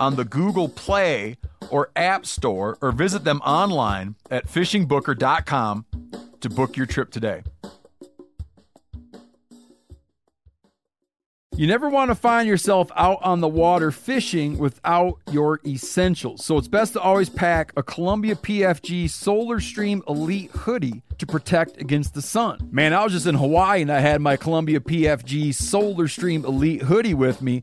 on the Google Play or App Store or visit them online at fishingbooker.com to book your trip today. You never want to find yourself out on the water fishing without your essentials. So it's best to always pack a Columbia PFG Solar Stream Elite hoodie to protect against the sun. Man, I was just in Hawaii and I had my Columbia PFG Solar Stream Elite hoodie with me.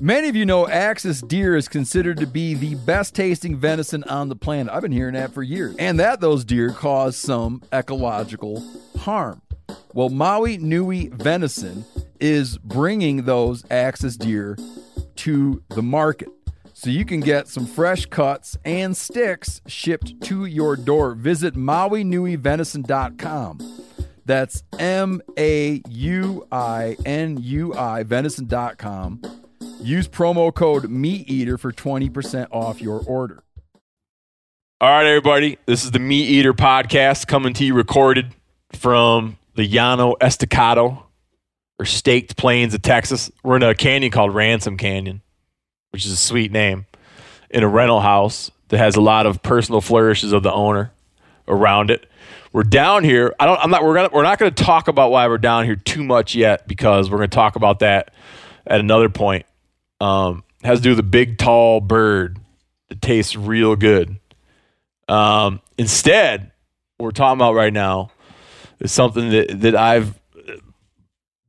Many of you know Axis deer is considered to be the best tasting venison on the planet. I've been hearing that for years. And that those deer cause some ecological harm. Well, Maui Nui Venison is bringing those Axis deer to the market. So you can get some fresh cuts and sticks shipped to your door. Visit MauiNuiVenison.com. That's M A U I N U I Venison.com. Use promo code MeatEater for 20% off your order. All right, everybody. This is the Meat Eater podcast coming to you recorded from the Llano Estacado or Staked Plains of Texas. We're in a canyon called Ransom Canyon, which is a sweet name, in a rental house that has a lot of personal flourishes of the owner around it. We're down here. I don't. I'm not. We're gonna. We're not going to talk about why we're down here too much yet because we're going to talk about that at another point. Um, has to do with a big tall bird that tastes real good. Um, instead, what we're talking about right now is something that, that I've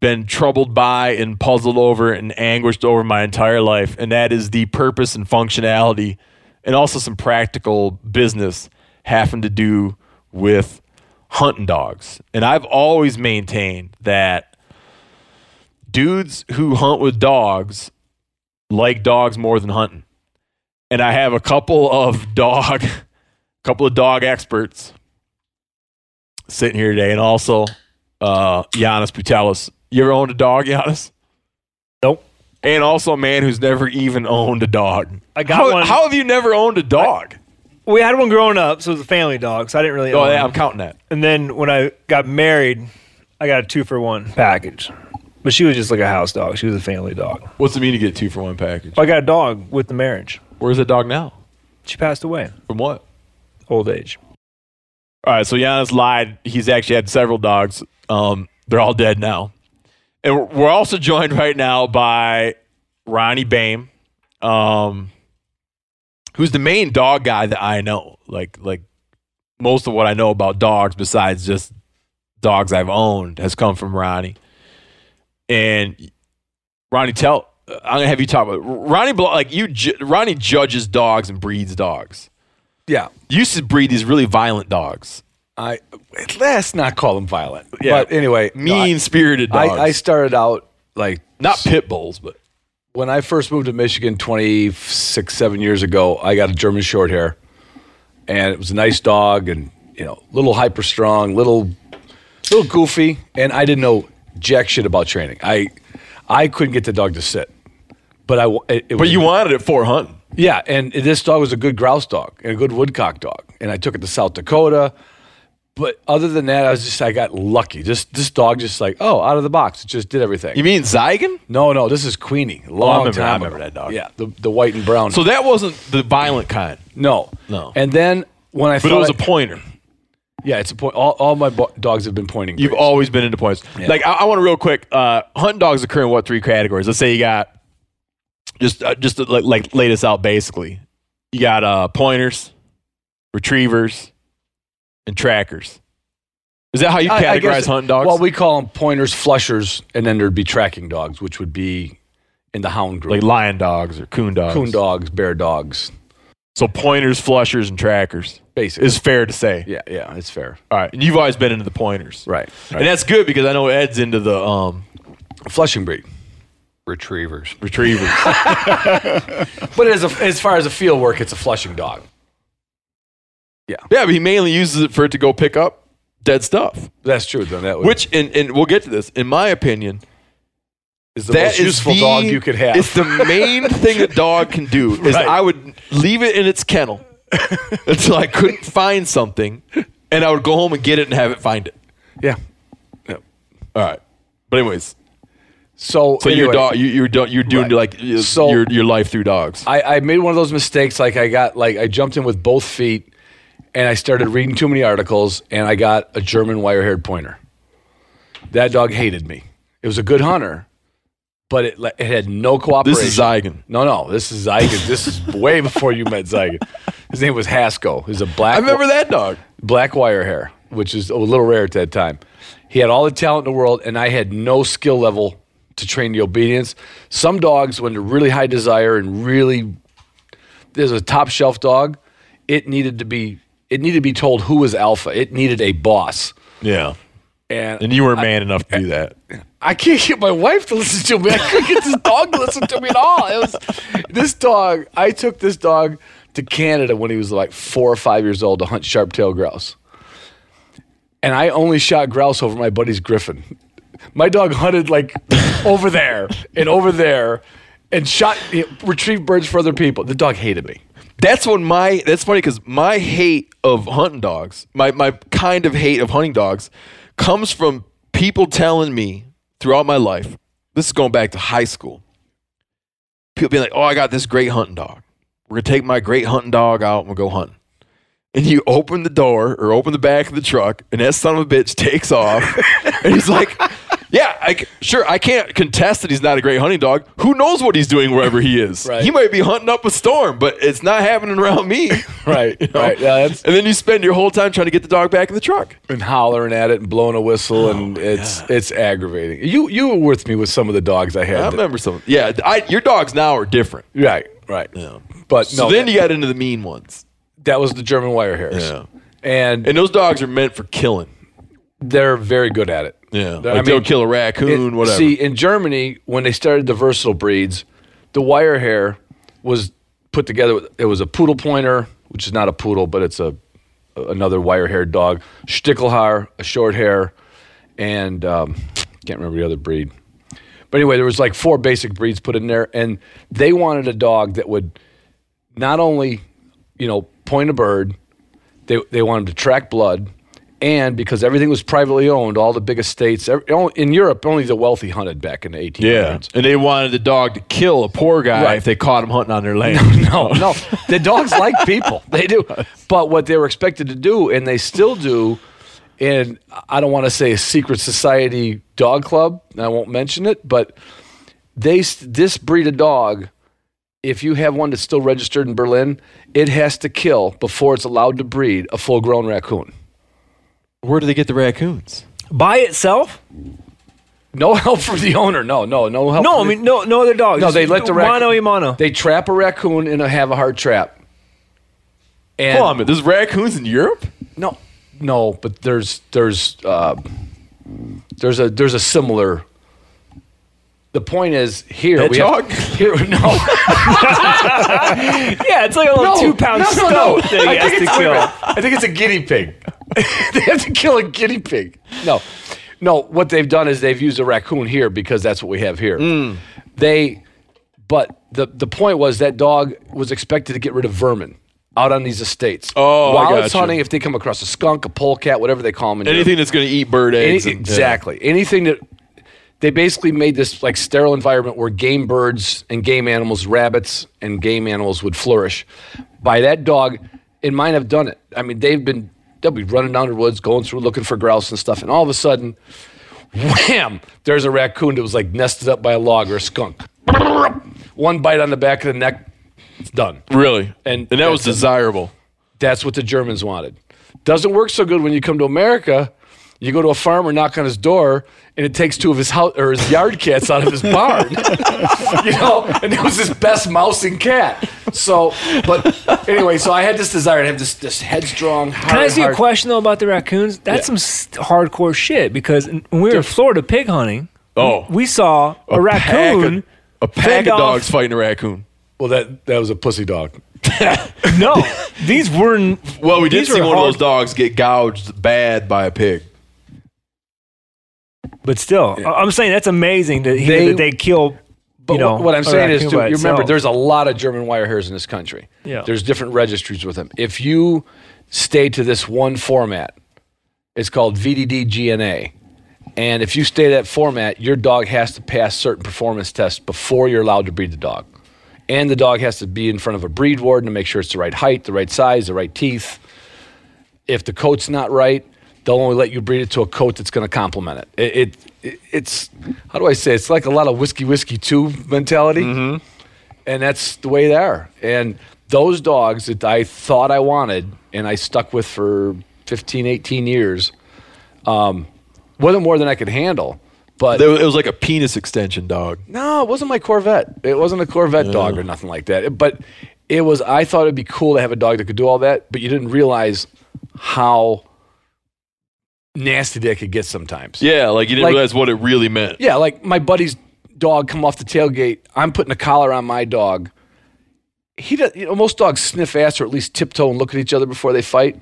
been troubled by and puzzled over and anguished over my entire life, and that is the purpose and functionality and also some practical business having to do with hunting dogs. And I've always maintained that dudes who hunt with dogs like dogs more than hunting. And I have a couple of dog couple of dog experts sitting here today, and also uh, Giannis Putelis. You ever owned a dog, Giannis? Nope. And also a man who's never even owned a dog. I got How, one. how have you never owned a dog? we had one growing up, so it was a family dog, so I didn't really. oh, own yeah, one. I'm counting that. And then when I got married, I got a two for one package. But she was just like a house dog. She was a family dog. What's it mean to get two for one package? I got a dog with the marriage. Where's that dog now? She passed away, From what? old age. All right, so Giannis lied. He's actually had several dogs. Um, they're all dead now. And we're- we're also joined right now by Ronnie Bame, um, who's the main dog guy that I know. Like, like most of what I know about dogs, besides just dogs I've owned, has come from Ronnie. And Ronnie, tell I'm gonna have you talk about Ronnie. blo- Like you, ju- Ronnie judges dogs and breeds dogs Yeah. used to breed these really violent dogs, I let's not call them violent. Yeah. But anyway, no, I- mean spirited I, dogs. I started out like not pit bulls, but when I first moved to Michigan 26, seven years ago, I got a German short hair and it was a nice dog and, you know, little hyper strong, little, little goofy. And I didn't know jack shit about training. I, I couldn't get the dog to sit, but I, wa- it, it but was, you wanted it for hunting. yeah. And this dog was a good grouse dog and a good woodcock dog. And I took it to South Dakota. But other than that, I was just, I got lucky. Just, this dog just like, oh, out of the box. It just did everything. You mean Zygon? No, no, this is Queenie. Long remember- time I remember ago. that dog. Yeah, the, the white and brown. So that wasn't the violent kind, no, No. And then when I but thought it was I- a pointer. yeah, it's a point. All, all my bo- dogs have been pointing. You've breeds. always been into points. Like I, I want to real quick. Uh, hunting dogs occur in what three categories? Let's say you got just uh, just to, like like lay this out basically. You got uh, pointers, retrievers, and trackers. Is that how you categorize I- I guess- hunting dogs? Well, we call them pointers, flushers, and then there'd be tracking dogs, which would be in the hound group. like lion dogs or coon dogs. coon dogs, bear dogs, So pointers, flushers, and trackers basically. is fair to say. yeah, yeah, it's fair. All right. And you've always been into the pointers. Right. And that's good because I know Ed's into the um, Flushing breed. Retrievers. retrievers. But as, a, as far as a field work, it's a flushing dog. yeah, but he mainly uses it for it to go pick up dead stuff. That's true. Then that would, Which, and, and we'll get to this, in my opinion, is the that most is useful the- dog you could have. It's the main thing a dog can do. Is Right. I would leave it in its kennel until I couldn't find something, and I would go home and get it and have it find it. yeah. All right. But anyways, So, so your anyway, dog, you, you're do, you're doing Right. like y- So- your your life through dogs. I, I made one of those mistakes. Like I got like I jumped in with both feet, and I started reading too many articles, and I got a German wire-haired pointer. That dog hated me. It was a good hunter, but it le- it had no cooperation. this is Zygon. No, no, this is Zygon. this is way before you met Zygon. His name was Haskell. He's a black. I remember that dog. black wire hair, which is a little rare at that time. He had all the talent in the world, and I had no skill level to train the obedience. Some dogs, when they're really high desire and really there's a top shelf dog, it needed to be it needed to be told who was alpha. It needed a boss. Yeah. And, And you were man enough to do that. I can't get my wife to listen to me. I couldn't get this dog to listen to me at all. It was this dog. I took this dog to Canada when he was like four or five years old to hunt sharp-tailed grouse, and I only shot grouse over my buddy's griffin. My dog hunted like over there and over there, and shot retrieved birds for other people. The dog hated me. That's when my that's funny because my hate of hunting dogs, my my kind of hate of hunting dogs, comes from people telling me throughout my life. This is going back to high school. People being like, "Oh, I got this great hunting dog. We're gonna take my great hunting dog out and we'll go hunting." And you open the door or open the back of the truck, and that son of a bitch takes off, and he's like. Yeah, I c sure. I can't contest that he's not a great hunting dog. Who knows what he's doing wherever he is? Right. He might be hunting up a storm, but it's not happening around me. Right, You know? right. Yeah, that's- and then you spend your whole time trying to get the dog back in the truck. and hollering at it and blowing a whistle, and it's it's aggravating. You you were with me with some of the dogs I had. I that- remember something. Yeah, I, your dogs now are different. Right, right. But So no, then that, you got into the mean ones, that was the German wire hairs. Yeah. And, and those dogs are meant for killing. they're very good at it. Yeah, They're- like I mean, they'll kill a raccoon, it- whatever. See, in Germany, when they started the versatile breeds, the wire hair was put together. With, it was a poodle pointer, which is not a poodle, but it's a another wire haired dog. Stickelhaar, a short hair, and um, can't remember the other breed. But anyway, there was like four basic breeds put in there, and they wanted a dog that would not only, you know, point a bird, they, they wanted to track blood, and because everything was privately owned, all the big estates every, only- in Europe, only the wealthy hunted back in the 1800s. and they wanted the dog to kill a poor guy Right. if they caught him hunting on their land. No, no. The dogs like people. They do. But what they were expected to do, and they still do, in I don't want to say a secret society dog club, and I won't mention it, but they s- this breed of dog, if you have one that's still registered in Berlin, it has to kill before it's allowed to breed a full grown raccoon. Where do they get the raccoons? By itself? No help from the owner. No, no, no help. No, I from the- mean no, no other dog. No, Just they let the raccoon. mano y mano. They trap a raccoon in a have a heart trap. And Hold on a minute. There's raccoons in Europe? No, no, but there's there's uh, there's a there's a similar. The point is here we have- Hedgehog? here no yeah, it's like a little No, two pound no, no, stoat no. that he has to kill. I think it's a guinea pig. they have to kill a guinea pig. No, no. What they've done is they've used a raccoon here because that's what we have here. Hmm. They, but the the point was that dog was expected to get rid of vermin out on these estates. Oh, I while it's gotcha. hunting, if they come across a skunk, a polecat, whatever they call them, in Europe, Anything that's going to eat bird Any- eggs. and- exactly. Anything that they basically made this like sterile environment where game birds and game animals, rabbits and game animals would flourish. By that dog, and mine have done it. I mean, they've been they'll be running down the woods, going through looking for grouse and stuff, and all of a sudden, wham! There's a raccoon that was like nested up by a log or a skunk. One bite on the back of the neck, it's done. Yeah. Really? And- and that was that's- desirable. That's what the Germans wanted. Doesn't work so good when you come to America You go to a farmer, knock on his door, and it takes two of his house or his yard cats out of his barn. you know, and it was his best mousing cat. So, but anyway, so I had this desire to have this this headstrong. Hard, Can I ask you a hard- question though about the raccoons? That's some s- hardcore shit because when we were in Florida pig hunting, Oh. we saw a, pack of- raccoon. a pack fend of off- dogs fighting a raccoon. Well, that that was a pussy dog. No, these weren't. Well, we did These see were one of hard- those dogs get gouged bad by a pig. But still, I- I'm saying that's amazing that, hear They- that they kill. But you know, what- what I'm a saying is, raccoon too, by you remember, itself. there's a lot of German wire hairs in this country. Yeah. There's different registries with them. If you stay to this one format, it's called VDDGNA. And if you stay that format, your dog has to pass certain performance tests before you're allowed to breed the dog. And the dog has to be in front of a breed warden to make sure it's the right height, the right size, the right teeth. If the coat's not right, they'll only let you breed it to a coat that's going to complement it. It, it, it. It's, how do I say, it's like a lot of whiskey, whiskey, too mentality and that's the way they are. And those dogs that I thought I wanted and I stuck with for 15, 18 years um, wasn't more than I could handle. But There- It was like a penis extension dog. no, it wasn't my Corvette. It wasn't a Corvette dog or nothing like that. But it was, I thought it'd be cool to have a dog that could do all that, but you didn't realize how nasty they could get sometimes. Yeah, like you didn't Like- realize what it really meant. Yeah, like my buddy's dog come off the tailgate. I'm putting a collar on my dog. He does. You know, most dogs sniff ass or at least tiptoe and look at each other before they fight.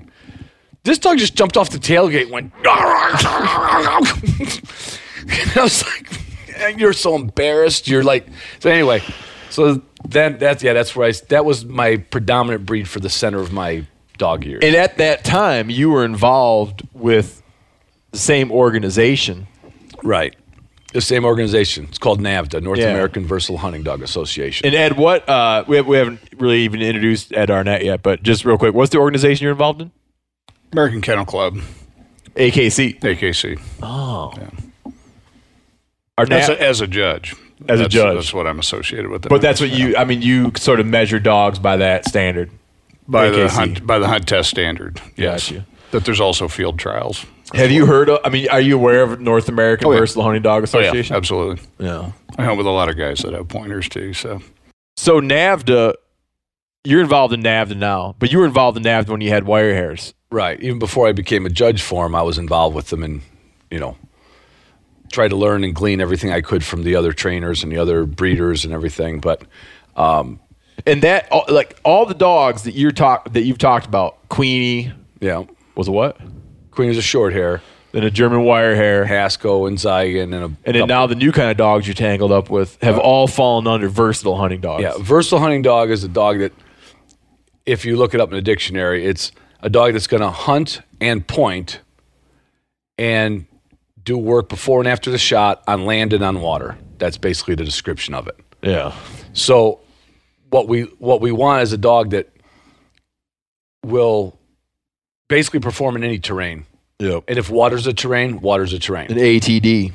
This dog just jumped off the tailgate, and went. and I was like, "You're so embarrassed." You're like, so anyway. So then that's yeah, that's where I s- that was my predominant breed for the center of my dog years. And at that time, you were involved with the same organization. right. The same organization. It's called NAVDA, North Yeah. American Versatile Hunting Dog Association. And Ed, what uh, we, have, we haven't really even introduced Ed Arnett yet, but just real quick, what's the organization you're involved in? American Kennel Club, AKC. AKC. Arnett. As a, as a judge. As a That's- judge. That's what I'm associated with. but that's what you. I mean, you sort of measure dogs by that standard. by the AKC. hunt by the hunt test standard. Yes. Gotcha. But there's also field trials. Have you heard? of I mean, are you aware of North American Oh, yeah. Versatile Hunting Dog Oh, yeah, Association? absolutely. yeah. I hunt with a lot of guys that have pointers too. So So NAVDA, you're involved in NAVDA now, but you were involved in NAVDA when you had wire hairs. Right. Even before I became a judge for him, I was involved with them and, you know, tried to learn and glean everything I could from the other trainers and the other breeders and everything. But and that all- like all the dogs that you're talk that you've talked about, Queenie yeah, was a what? Queen was a short hair, Then a German wire hair, Pasco and Zygon and a and then now the new kind of dogs you're tangled up with have all fallen under versatile hunting dogs. yeah, versatile hunting dog is a dog that, if you look it up in a dictionary, it's a dog that's going to hunt and point, and do work before and after the shot on land and on water. That's basically the description of it. yeah. So what we what we want is a dog that will basically perform in any terrain. Yep. And if water's a terrain, water's a terrain. An ATD,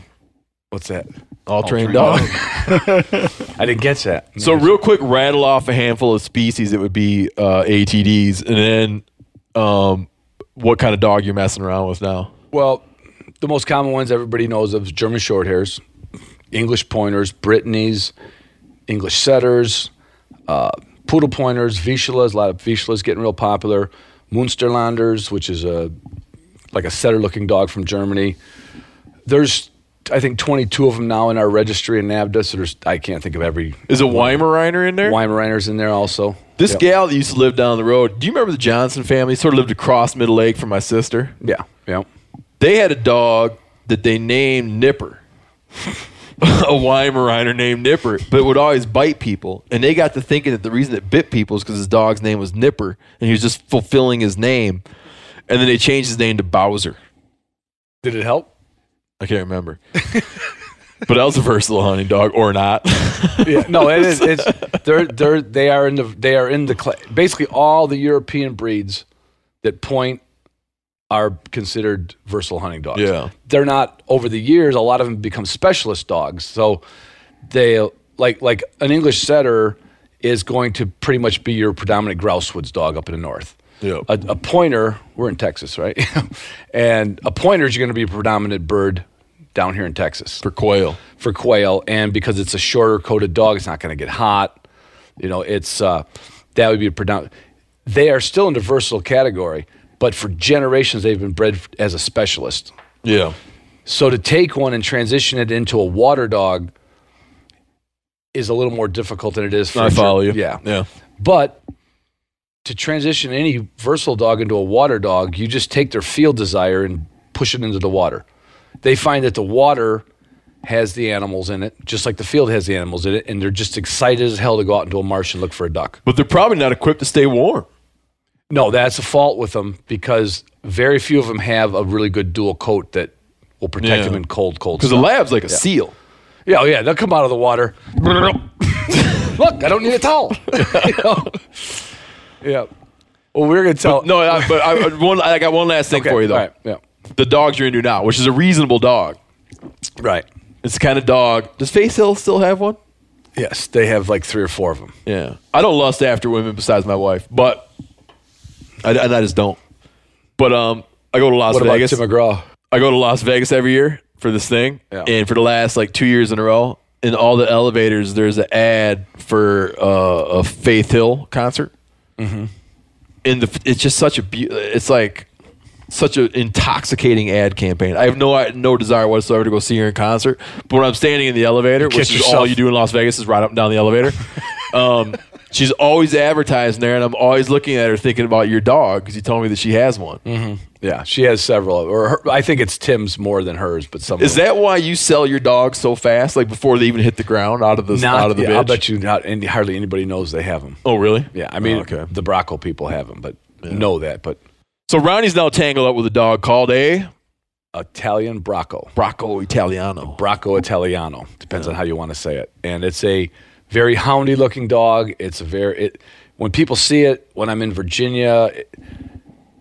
What's that? all trained trained dog. I didn't get that. so real quick, rattle off a handful of species that would be uh, ATDs, and then um, what kind of dog you're messing around with now? Well, the most common ones everybody knows of is German short hairs, English pointers, Brittany's, English setters, uh, poodle pointers, Vizslas. A lot of Vizslas getting real popular. Munsterlanders, which is a like a setter-looking dog from Germany. There's I think 22 of them now in our registry in NAVDA. So there's I can't think of every Is a Weimaraner in there? Weimaraners in there also. This Yep. gal that used to live down the road. Do you remember the Johnson family? Sort of lived across Middle Lake from my sister. Yeah, yeah. they had a dog that they named Nipper, a Weimaraner named Nipper, but would always bite people. And they got to thinking that the reason it bit people is because his dog's name was Nipper, and he was just fulfilling his name. And then they changed his name to Bowser. Did it help? I can't remember. but that was a versatile hunting dog, or not? yeah, no, it is. It's they're they're they are in the they are in the cla basically all the European breeds that point are considered versatile hunting dogs. Yeah. they're not over the years. A lot of them become specialist dogs. So they like like an English setter is going to pretty much be your predominant grouse woods dog up in the north. Yep. a, a pointer, we're in Texas, right? and a pointer is going to be a predominant bird down here in Texas for quail. for quail, and because it's a shorter coated dog, it's not going to get hot. You know, it's uh, that would be a predominant. They are still in the versatile category, but for generations they've been bred f- as a specialist. Yeah. So to take one and transition it into a water dog is a little more difficult than it is. for I a ger- follow you. Yeah, Yeah. but to transition any versatile dog into a water dog, you just take their field desire and push it into the water. They find that the water has the animals in it, just like the field has the animals in it, and they're just excited as hell to go out into a marsh and look for a duck. But they're probably not equipped to stay warm. No, that's a fault with them because very few of them have a really good dual coat that will protect Yeah. them in cold, cold. Because the stuff. lab's like a seal. yeah, oh yeah, they'll come out of the water. look, I don't need a towel. You know? Yeah. Well, we're gonna tell. No, I, but I, I- one, I got one last thing Okay, for you though. all right, yeah. The dogs you're into now, which is a reasonable dog. Right. It's the kind of dog. Does Faith Hill still have one? Yes, they have like three or four of them. Yeah. I don't lust after women besides my wife, but I, and I just don't. But um, I go to Las What about Vegas. Tim McGraw? I go to Las Vegas every year for this thing, Yeah. and for the last like two years in a row, in all the elevators, there's an ad for uh, a Faith Hill concert. Mm-hmm. And the, it's just such a beau- it's like such an intoxicating ad campaign. I have no no desire whatsoever to go see her in concert, but when I'm standing in the elevator, which kiss is yourself. all you do in Las Vegas, is ride up and down the elevator. um, she's always advertising there, and I'm always looking at her thinking about your dog because you told me that she has one. Mm-hmm. Yeah, she has several. Or her, I think it's Tim's more than hers, but some. Is that why you sell your dogs so fast, like before they even hit the ground out of the not? out of the yeah, I'll bitch? bet you not. And hardly anybody knows they have them. Oh, really? Yeah, I mean, Oh, okay. the Brocco people have them, but know that. But So Ronnie's now tangled up with a dog called a Italian Brocco, Bracco Italiano. Brocco Italiano depends on how you want to say it. And it's a very houndy-looking dog. It's a very. It, when people see it, when I'm in Virginia, it-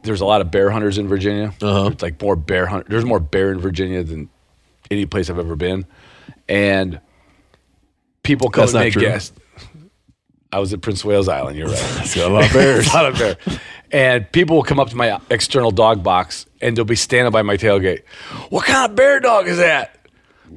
there's a lot of bear hunters in Virginia. Uh-huh. It's like more bear hunt. There's more bear in Virginia than any place I've ever been, and people come That's and not make true. guests. I was at Prince Wales Island. You're right. That's got a lot of bears. It's not a bear. And people will come up to my external dog box and they'll be standing by my tailgate. What kind of bear dog is that?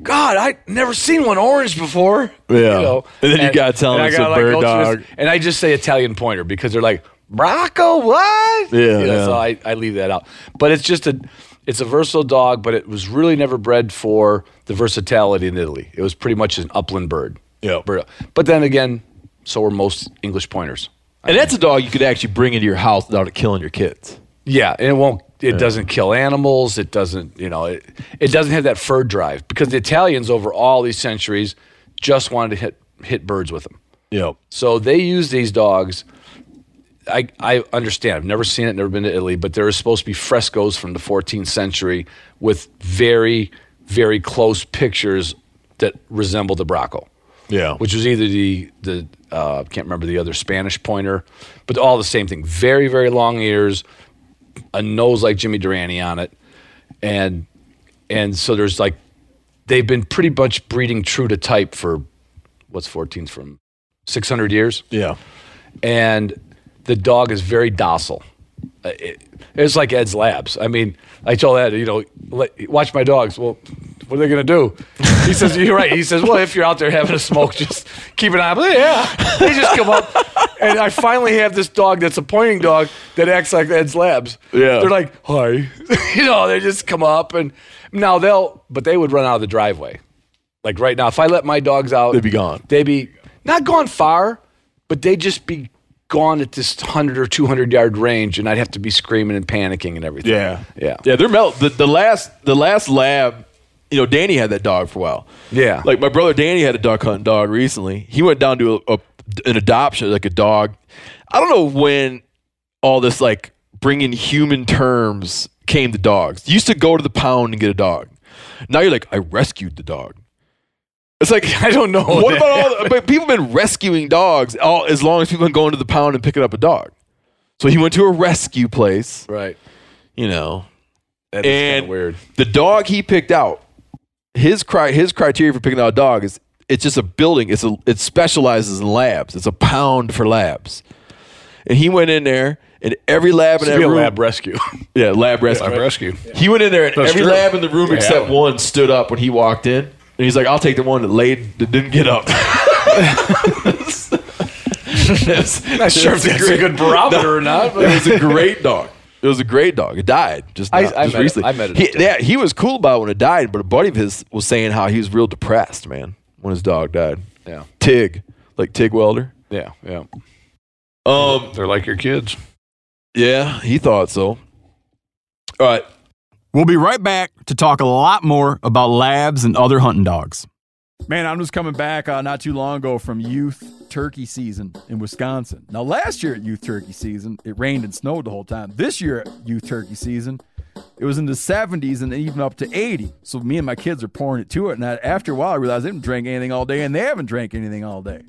God, I never seen one orange before. Yeah. And then you gotta tell them and I it's a gotta, bear go through dog. and I just say Italian pointer because they're like, Bracco, what? Yeah, You know, yeah. So I, I leave that out. But it's just a it's a versatile dog, but it was really never bred for the versatility in Italy. It was pretty much an upland bird. Yeah. Bird. But then again, so are most English pointers. and that's a dog you could actually bring into your house without it killing your kids. Yeah, and it won't. It doesn't kill animals. It doesn't. You know, it it doesn't have that fur drive because the Italians over all these centuries just wanted to hit hit birds with them. Yeah. So they use these dogs. I, I understand. I've never seen it, never been to Italy, but there is supposed to be frescoes from the 14th century with very, very close pictures that resemble the Bracco Yeah. which was either the the uh, can't remember the other Spanish pointer, but all the same thing. Very very long ears, a nose like Jimmy Durante on it, and and so there's like they've been pretty much breeding true to type for what's 14 from 600 years yeah. and the dog is very docile. Uh, it- it's like Ed's Labs. I mean, I told Ed, you know, let, watch my dogs. Well, what are they going to do? He says, you're right. He says, well, if you're out there having a smoke, just keep an eye. on Yeah, they just come up. And I finally have this dog that's a pointing dog that acts like Ed's Labs. Yeah. They're like, hi. you know, they just come up. And now they'll, but they would run out of the driveway. Like right now, if I let my dogs out, They'd be gone. They'd be not gone far, but they'd just be gone at this hundred or two hundred yard range, and I'd have to be screaming and panicking and everything. yeah, Yeah, they're melt. The, the last the last lab, you know, Danny had that dog for a while. Yeah. Like my brother Danny had a duck hunting dog recently. He went down to a, a- an adoption, like a dog. I don't know when all this like bringing human terms came to dogs. You used to go to the pound and get a dog. Now you're like, I rescued the dog. It's like I don't know. Oh, What about all? The, but people have been rescuing dogs all as long as people have been going to the pound and picking up a dog. So he went to a rescue place, right. you know, That is kinda And- weird. the dog he picked out, his cri- his criteria for picking out a dog is it's just a building. It's a it specializes in labs. It's a pound for labs. And he went in there in every lab in Should every be a room. lab rescue. yeah, lab rescue. Lab rescue. He went in there, and That's every true. lab in the room Yeah. except one stood up when he walked in, and he's like, "I'll take the one that laid that didn't get up." that's, Not sure if that's a good barometer or not, but- it was a great dog. It was a great dog. It died just, I- not- I just met it. recently. I met it He, up there. yeah, he was cool about it when it died, but a buddy of his was saying how he was real depressed, man, when his dog died. Yeah. Tig, like Tig Welder. yeah, yeah. Um, They're like your kids. yeah, he thought so. All right, We'll be right back to talk a lot more about labs and other hunting dogs. Man, I'm just coming back uh, not too long ago from youth turkey season in Wisconsin. Now, last year at youth turkey season, it rained and snowed the whole time. This year at youth turkey season, it was in the 70s and even up to 80. So me and my kids are pouring it to it. And I, after a while, I realized they didn't drink anything all day, and they haven't drank anything all day.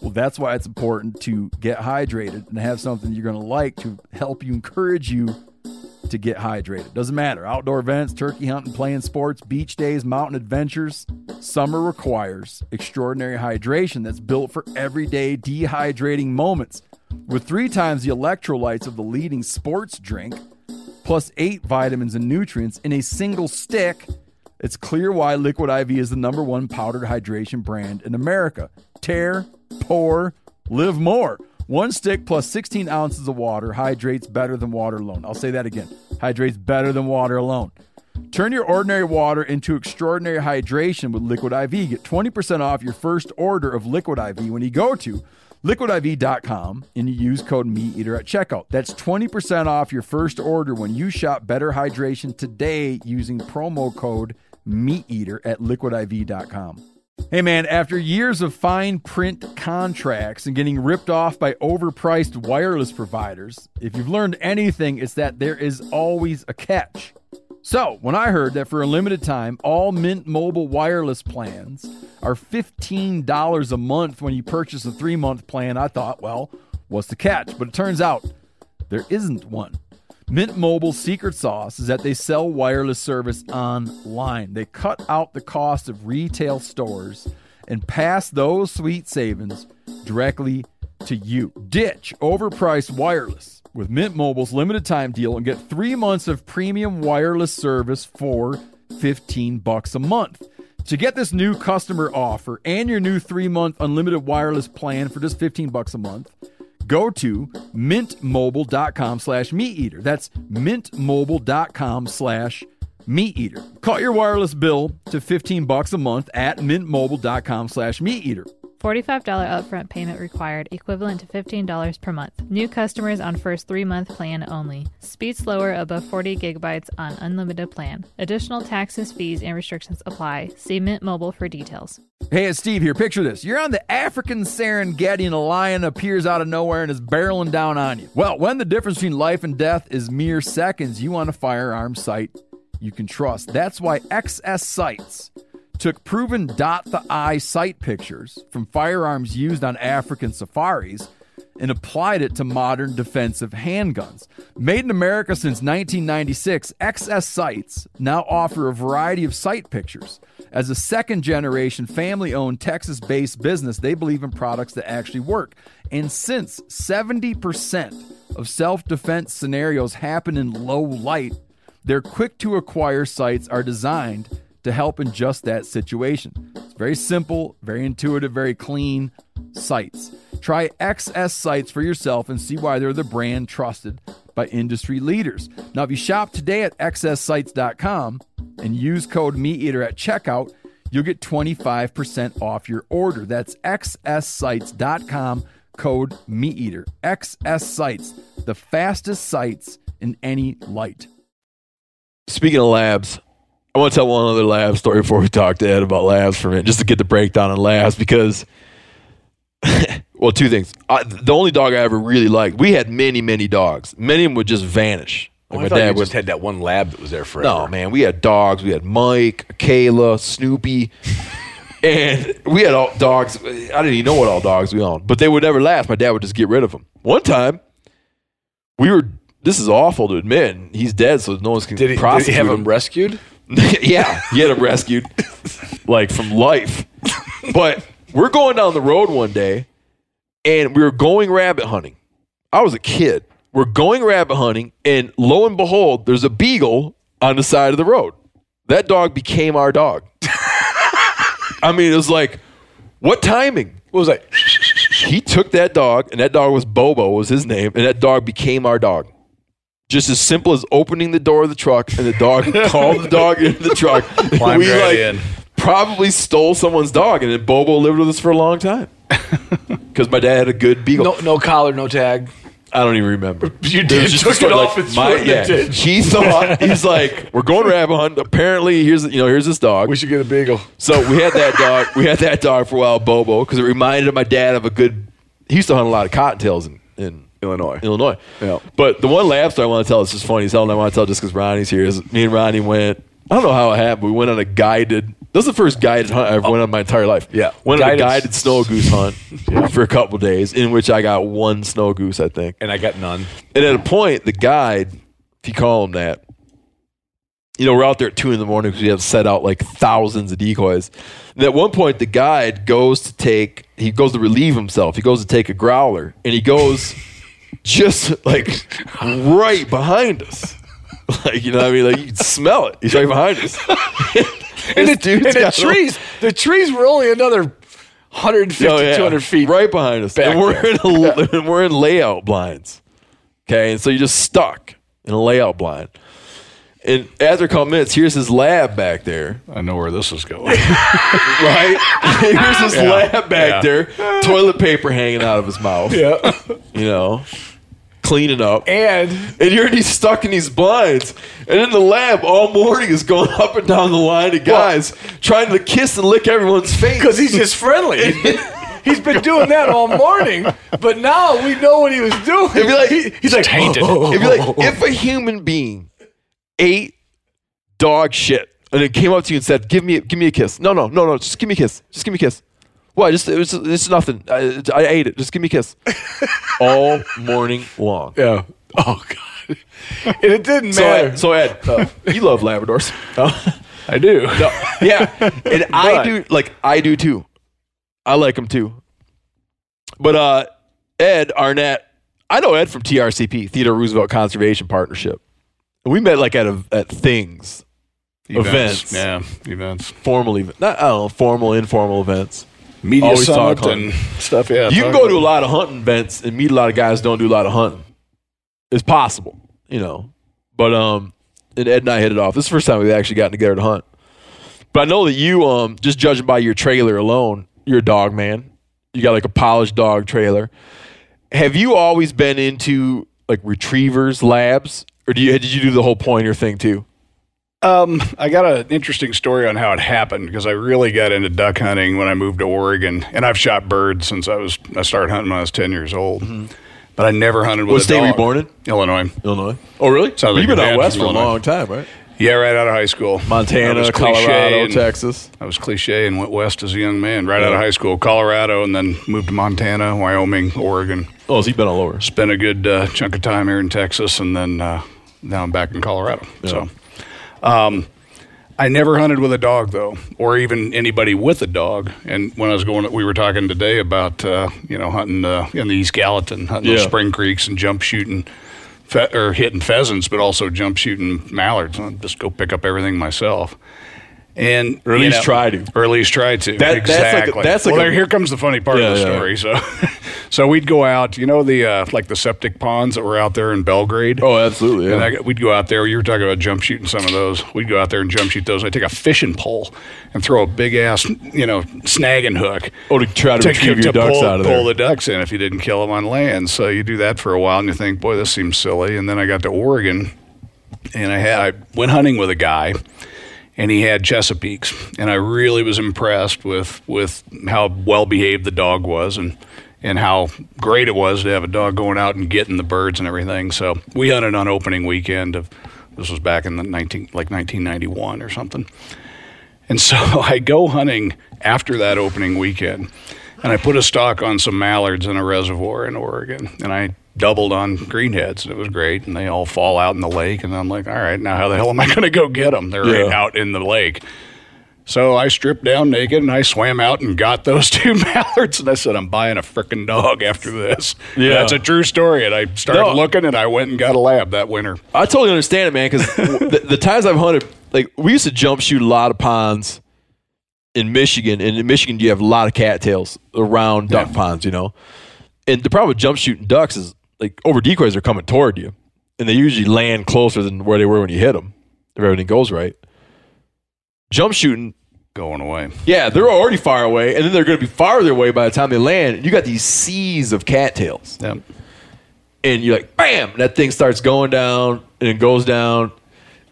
Well, that's why it's important to get hydrated and have something you're going to like to help you encourage you to get hydrated. Doesn't matter. Outdoor events, turkey hunting, playing sports, beach days, mountain adventures. Summer requires extraordinary hydration that's built for everyday dehydrating moments. With three times the electrolytes of the leading sports drink, plus eight vitamins and nutrients in a single stick, it's clear why Liquid IV is the number one powdered hydration brand in America. Tear, pour, live more. One stick plus 16 ounces of water hydrates better than water alone. I'll say that again hydrates better than water alone. Turn your ordinary water into extraordinary hydration with Liquid IV. Get 20% off your first order of Liquid IV when you go to liquidiv.com and you use code MeatEater at checkout. That's 20% off your first order when you shop Better Hydration today using promo code MeatEater at liquidiv.com. Hey man, after years of fine print contracts and getting ripped off by overpriced wireless providers, if you've learned anything, it's that there is always a catch. So, when I heard that for a limited time, all Mint Mobile wireless plans are $15 a month when you purchase a three month plan, I thought, well, what's the catch? But it turns out there isn't one. Mint Mobile's secret sauce is that they sell wireless service online. They cut out the cost of retail stores and pass those sweet savings directly to you. Ditch overpriced wireless with Mint Mobile's limited time deal and get 3 months of premium wireless service for 15 bucks a month. To get this new customer offer and your new 3-month unlimited wireless plan for just 15 bucks a month, go to mintmobile.com slash meat eater that's mintmobile.com slash meat eater cut your wireless bill to 15 bucks a month at mintmobile.com slash meat eater $45 upfront payment required, equivalent to $15 per month. New customers on first three month plan only. Speed slower above 40 gigabytes on unlimited plan. Additional taxes, fees, and restrictions apply. See Mint Mobile for details. hey it's steve here picture this you're on the african serengeti and a lion appears out of nowhere and is barreling down on you well when the difference between life and death is mere seconds you want a firearm sight you can trust that's why xs sights took proven dot the eye sight pictures from firearms used on African safaris and applied it to modern defensive handguns. Made in America since 1996, XS Sights now offer a variety of sight pictures. As a second generation family owned Texas based business, they believe in products that actually work. And since 70% of self defense scenarios happen in low light, their quick to acquire sites are designed to help in just that situation. It's very simple, very intuitive, very clean sites. Try XS sites for yourself and see why they're the brand trusted by industry leaders. Now, if you shop today at xssites.com and use code MeatEater at checkout, you'll get 25% off your order. That's xssites.com code MeatEater. XS sites, the fastest sites in any light. speaking of labs, I want to tell one other lab story before we talk to Ed about labs for a minute, just to get the breakdown on labs because, well, two things. I, the only dog I ever really liked, we had many, many dogs. Many of them would just vanish. Oh, Like I thought you just had that one lab that was there forever. no, man, we had dogs. We had Mike, Kayla, Snoopy, and we had all dogs. I didn't even know what all dogs we owned, but they would never last. My dad would just get rid of them. One time, we were. This is awful to admit. and He's dead, so no one's can Did he, did prosecute he have him. him rescued? yeah, he had him rescued, like from life. But we're going down the road one day, and we were going rabbit hunting. I was a kid. We're going rabbit hunting, and lo and behold, there's a beagle on the side of the road. That dog became our dog. I mean, it was like, what timing? What was that? He took that dog, and that dog was Bobo, was his name, and that dog became our dog. Just as simple as opening the door of the truck, and the dog called the dog into the truck. and Climbed right in. probably stole somene's dog, and then Bobo lived with us for a long time. Because my dad had a good beagle. No, no collar, no tag. I don't even remember. You There was did, just took a story, it off and threw it in the ditch. He thought he's like, we're going rabbit hunt. Apparently, here's you know here's this dog. We should get a beagle. So we had that dog. We had that dog for a while, Bobo, because it reminded my dad of a good. He used to hunt a lot of cottontails in, in Illinois. Illinois. Yeah. But the one lab story I want to tell is just funny as hell, and I want to tell just because Ronnie's here. Is me and Ronnie went. I don't know how it happened. We went on a guided. This is the first guided hunt I've went on my entire life. Yeah. went Guided- on a guided snow goose hunt for a couple days, in which I got one snow goose, I think. And I got none. And at a point, the guide, if you call him that, you know, we're out there at two in the morning because we have set out like thousands of decoys. And at one point, the guide goes to take, he goes to relieve himself. He goes to take a growler and he goes just like right behind us. Like, you know what I mean? Like, you can smell it. He's right behind us. And, This the, and the got a- trees, the trees were only another 150, Oh, yeah. 200 feet. right behind us. back And we're there. in a, and we're in layout blinds. Okay, and so you're just stuck in a layout blind. And after a couple minutes, here's his lab back there, I know where this is going. right? here's his lab back yeah. there, toilet paper hanging out of his mouth. Yeah. You know, cleaning up. And And you're already stuck in these blinds. And in the lab all morning is going up and down the line of guys trying to kiss and lick everyone's face. because he's just friendly. He's been- He's been doing that all morning, but now we know what he was doing. It'd be like- He- he's like tainted. It'd be like if a human being ate dog shit and it came up to you and said, "Give me, give me a kiss." No, no, no, no. Just give me a kiss. Just give me a kiss. Why? Just it was, it's nothing. I, I ate it. Just give me a kiss. All morning long. Yeah. Oh God. And it didn't So matter. Ed, so Ed uh, you love Labradors. I do. No, yeah, and I do like I do too. I like him too. But uh, Ed Arnett, I know Ed from TRCP, Theodore Roosevelt Conservation Partnership. And we met like at a, at things, Events. Yeah, events. formal event, not I don't know, formal, informal events. Media Always summit talk on- and stuff. Yeah. you can go to a lot of hunting events and meet a lot of guys who don't do a lot of hunting. It's possible, you know. But um, and Ed and I hit it off. This is the first time we've actually gotten together to hunt. But I know that you um, just judging by your trailer alone, you're a dog man. You got like a polished dog trailer. Have you always been into like retrievers, labs, or do you did you do the whole pointer thing too? Um, I got an interesting story on how it happened because I really got into duck hunting when I moved to Oregon, and I've shot birds since I was I started hunting when I was ten years old, but I never hunted with Mm-hmm. What a state were you dog. born in? Illinois. Illinois. Oh, really? Sounds like You've been your out dad's west from for a Illinois. long time, right? Yeah, right out of high school. I was Montana, cliche Colorado, and- Texas. I was cliche and went west as a young man, right out of high school, Colorado, and then moved to Montana, Wyoming, Oregon. Oh, so you've been all over. Spent a good uh, chunk of time here in Texas, and then uh, now I'm back in Colorado. So, um, I never hunted with a dog though, or even anybody with a dog. And when I was going, we were talking today about uh, you know hunting uh, in the East Gallatin, hunting those Yeah. spring creeks and jump shooting. Fe- or hitting pheasants, but also jump shooting mallards. I'll just go pick up everything myself, and Or at you least try to. or at least try That- to. that's like a- exactly. that's like well, a- there- here comes the funny part of the Yeah, yeah. story. So, so we'd go out. You know the uh, like the septic ponds that were out there in Belgrade. Oh, absolutely. Yeah. And I, got- we'd go out there. You were talking about jump shooting some of those. We'd go out there and jump shoot those. I take a fishing pole and throw a big ass, you know, snagging hook. Oh, to try to retrieve your ducks pull, out of pull there. the ducks in if you didn't kill them on land. So you do that for a while, and you think, boy, this seems silly. And then I got to Oregon, and I had I went hunting with a guy, and he had Chesapeakes, and I really was impressed with with how well behaved the dog was, and and how great it was to have a dog going out and getting the birds and everything. So we hunted on opening weekend of this was back in the nineteen like nineteen ninety one or something. And so I go hunting after that opening weekend, and I put a stock on some mallards in a reservoir in Oregon, and I doubled on greenheads, and it was great. And they all fall out in the lake, and I'm like, all right, now how the hell am I going to go get them? They're right Yeah. out in the lake. So I stripped down naked and I swam out and got those two mallards. And I said, I'm buying a frickin' dog after this. Yeah. That's a true story. And I started No. looking and I went and got a lab that winter. I totally understand it, man. Because the, the times I've hunted, like we used to jump shoot a lot of ponds in Michigan, and in Michigan you have a lot of cattails around duck ponds, you know. And the problem with jump shooting ducks is like over decoys are coming toward you, and they usually land closer than where they were when you hit them if everything goes right. Jump shooting, Going away. yeah, they're already far away, and then they're going to be farther away by the time they land. You got these seas of cattails Yep. and you're like, bam, and that thing starts going down and it goes down.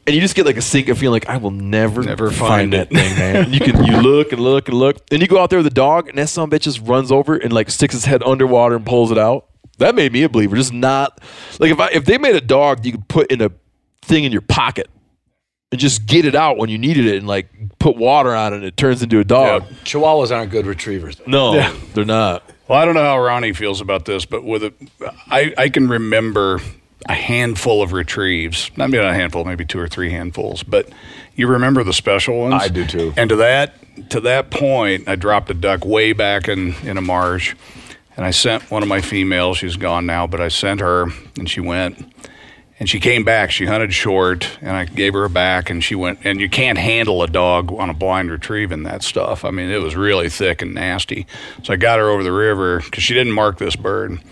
And you just get like a sink of feeling like I will never, Never find that it. thing, man. you can you look and look and look. Then you go out there with a dog and that son of a bitch just runs over and like sticks his head underwater and pulls it out. That made me a believer. Just not like if I if they made a dog you could put in a thing in your pocket and just get it out when you needed it and like put water on it and it turns into a dog. Chihuahuas aren't good retrievers. though. No, they're not. Well, I don't know how Ronnie feels about this, but with a, I, I can remember a handful of retrieves. Not maybe not a handful, maybe two or three handfuls. But you remember the special ones. I do, too. And to that to that point, I dropped a duck way back in in a marsh, and I sent one of my females. She's gone now, but I sent her, and she went. And she came back. She hunted short, and I gave her a back. And she went. And you can't handle a dog on a blind retrieve and that stuff. I mean, it was really thick and nasty. So I got her over the river because she didn't mark this bird. And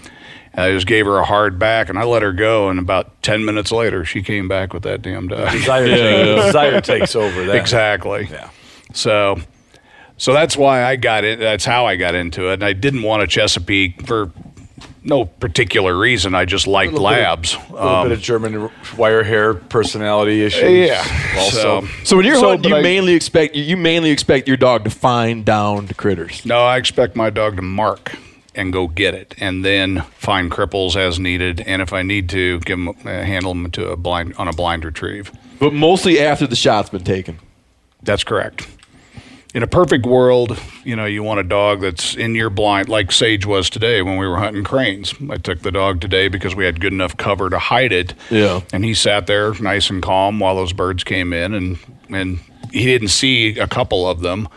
I just gave her a hard back, and I let her go. And about ten minutes later, she came back with that damn dog. Desire, takes, desire takes over that. Exactly. Yeah. So, so that's why I got it. That's how I got into it. And I didn't want a Chesapeake for no particular reason. I just liked Little bit of- labs. Um, A little bit of German wire hair personality issues. yeah. Also, So- So when you're hunting, but you I- mainly expect you, you mainly expect your dog to find downed critters. no, I expect my dog to mark and go get it, and then find cripples as needed. And if I need to, give 'em- uh, handle them to a blind on a blind retrieve. But mostly after the shot's been taken. That's correct. In a perfect world, you know, you want a dog that's in your blind, like Sage was today when we were hunting cranes. I took the dog today because we had good enough cover to hide it. Yeah. And he sat there nice and calm while those birds came in, and and he didn't see a couple of them,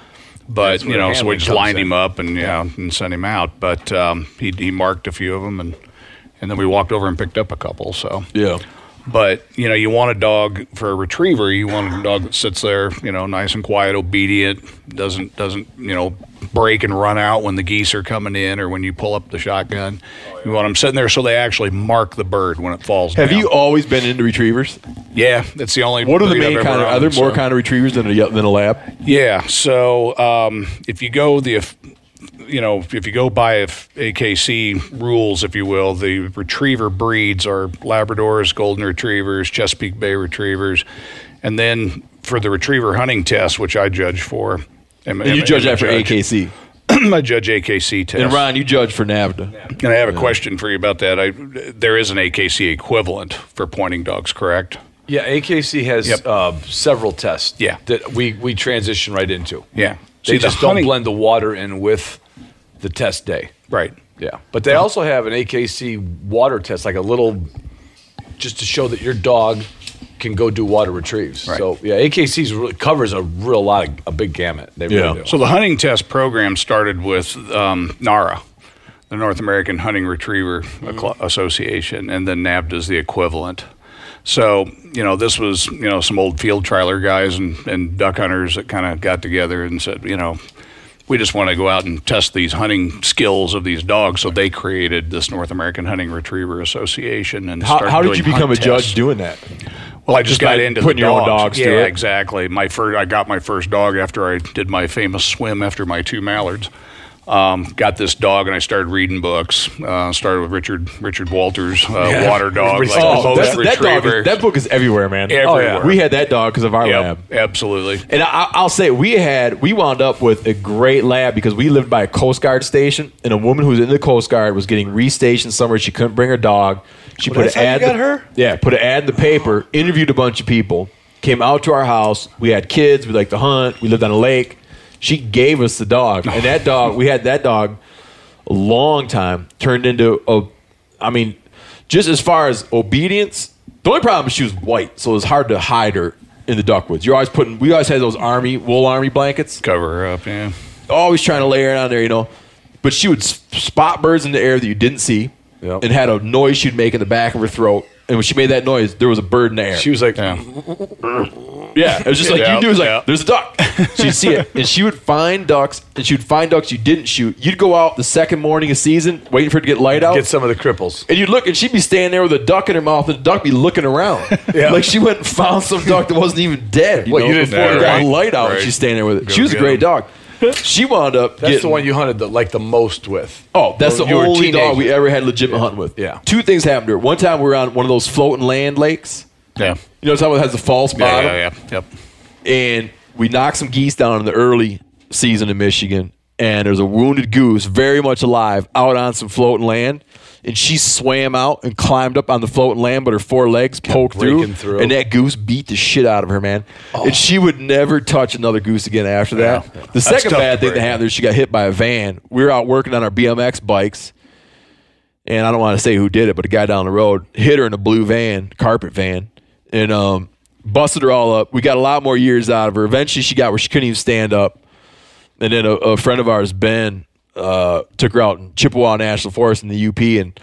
but where you know, so we handling just comes lined in. him up and yeah, and sent him out. But um, he he marked a few of them, and and then we walked over and picked up a couple. So Yeah. but you know, you want a dog for a retriever. You want a dog that sits there, you know, nice and quiet, obedient, doesn't doesn't you know break and run out when the geese are coming in or when you pull up the shotgun. You want them sitting there so they actually mark the bird when it falls. Have down. you always been into retrievers? Yeah, that's the only. What are the breed I've main ever kind of? Are owned, there more so- kind of retrievers than a ye- than a lab? Yeah. So um, if you go the, if, you know, if you go by if AKC rules, if you will, the retriever breeds are Labradors, Golden Retrievers, Chesapeake Bay Retrievers, and then for the retriever hunting test, which I judge for. am- And am- you judge am a after judge. AKC. I judge AKC test. And Ron, you judge for NAVDA. And I have a question for you about that. I, there is an AKC equivalent for pointing dogs, correct? yeah, AKC has Yep. uh, several tests. Yeah. that we we transition right into. Yeah. they See, the just don't hunting- blend the water in with the test day. Right. Yeah, but they also have an AKC water test, like a little, just to show that your dog can go do water retrieves. Right. So yeah, AKC's really covers a real lot, of, a big gamut. They Yeah. really do. So the hunting test program started with um, NARA, the North American Hunting Retriever Aclo- Association, and then NABDA is the equivalent. So you know, this was you know some old field trialer guys and, and duck hunters that kind of got together and said, you know, we just want to go out and test these hunting skills of these dogs. So they created this North American Hunting Retriever Association. And How, started how did doing you become hunt a tests. judge doing that? Well, I just by got into putting the your own dogs. dogs to Yeah, it. exactly. My first, I got my first dog after I did my famous swim after my two mallards. Um, got this dog and I started reading books. Uh, started with Richard Richard Walters, uh, Water Dog, like a Oh, close that's, that, dog retriever. is, that book is everywhere, man. Everywhere. We had that dog because of our Yep, lab. absolutely. And I, I'll say we had we wound up with a great lab because we lived by a Coast Guard station, and a woman who was in the Coast Guard was getting restationed somewhere. She couldn't bring her dog. She put that's an how you ad. got in the- her? Yeah, put an ad in the paper. Interviewed a bunch of people. Came out to our house. We had kids. We liked to hunt. We lived on a lake. She gave us the dog, and that dog we had that dog a long time turned into a. I mean, just as far as obedience, the only problem is she was white, so it was hard to hide her in the duckwoods. You're always putting. We always had those army wool army blankets. Cover her up, yeah. always trying to layer it on there, you know. But she would s- spot birds in the air that you didn't see, Yep. and had a noise she'd make in the back of her throat. And when she made that noise, there was a bird in the air. She was like, Yeah. yeah, it was just like Yeah, you knew. It was like yeah. there's a duck. She'd see it, and she would find ducks, and she would find ducks you didn't shoot. You'd go out the second morning of season, waiting for it to get light out. get some of the cripples. and you'd look, and she'd be standing there with a duck in her mouth, and the duck be looking around, Yeah. like she went and found some duck that wasn't even dead. You Well, know, you didn't before know, it got right? light out, and Right. she's standing there with it. Go she was a get great 'em. dog. She wound up. That's the getting- one you hunted the, like the most with. Oh, that's When the you were a only dog teenager. we ever had legitimate hunting with. Yeah. Two things happened to her. One time we were on one of those floating land lakes. Yeah. You know, something that has the false Yeah, bottom. yeah, yeah. Yep. And we knocked some geese down in the early season in Michigan. And there's a wounded goose, very much alive, out on some floating land. And she swam out and climbed up on the floating land, but her four legs poked through, breaking through. Oh. And that goose beat the shit out of her, man. And she would never touch another goose again after that. The second tough bad to thing that break. happened is she got hit by a van. We were out working on our BMX bikes and I don't want to say who did it, but a guy down the road hit her in a blue van, carpet van, and um, busted her all up. We got a lot more years out of her. Eventually, she got where she couldn't even stand up. And then a, a friend of ours, Ben, uh, took her out in Chippewa National Forest in the UP, and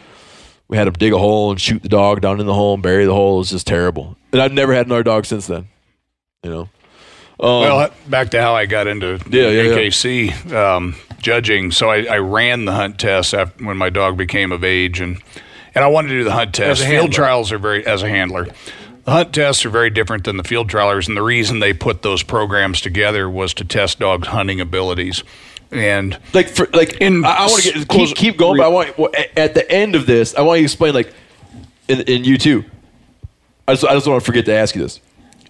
we had him dig a hole and shoot the dog down in the hole and bury the hole. It was just terrible. And I've never had another dog since then. You know, well, back to how I got into Yeah, yeah, yeah. AKC Um, judging. So I, I ran the hunt test after, when my dog became of age, and and I wanted to do the hunt test. Field trials are very as a handler. The hunt tests are very different than the field trialers, and the reason they put those programs together was to test dogs' hunting abilities. And like for like In- I, I want to get close- keep, keep going, but I want well, a- at the end of this, I want you to explain like, and, and you too. I just I just want to forget to ask you this.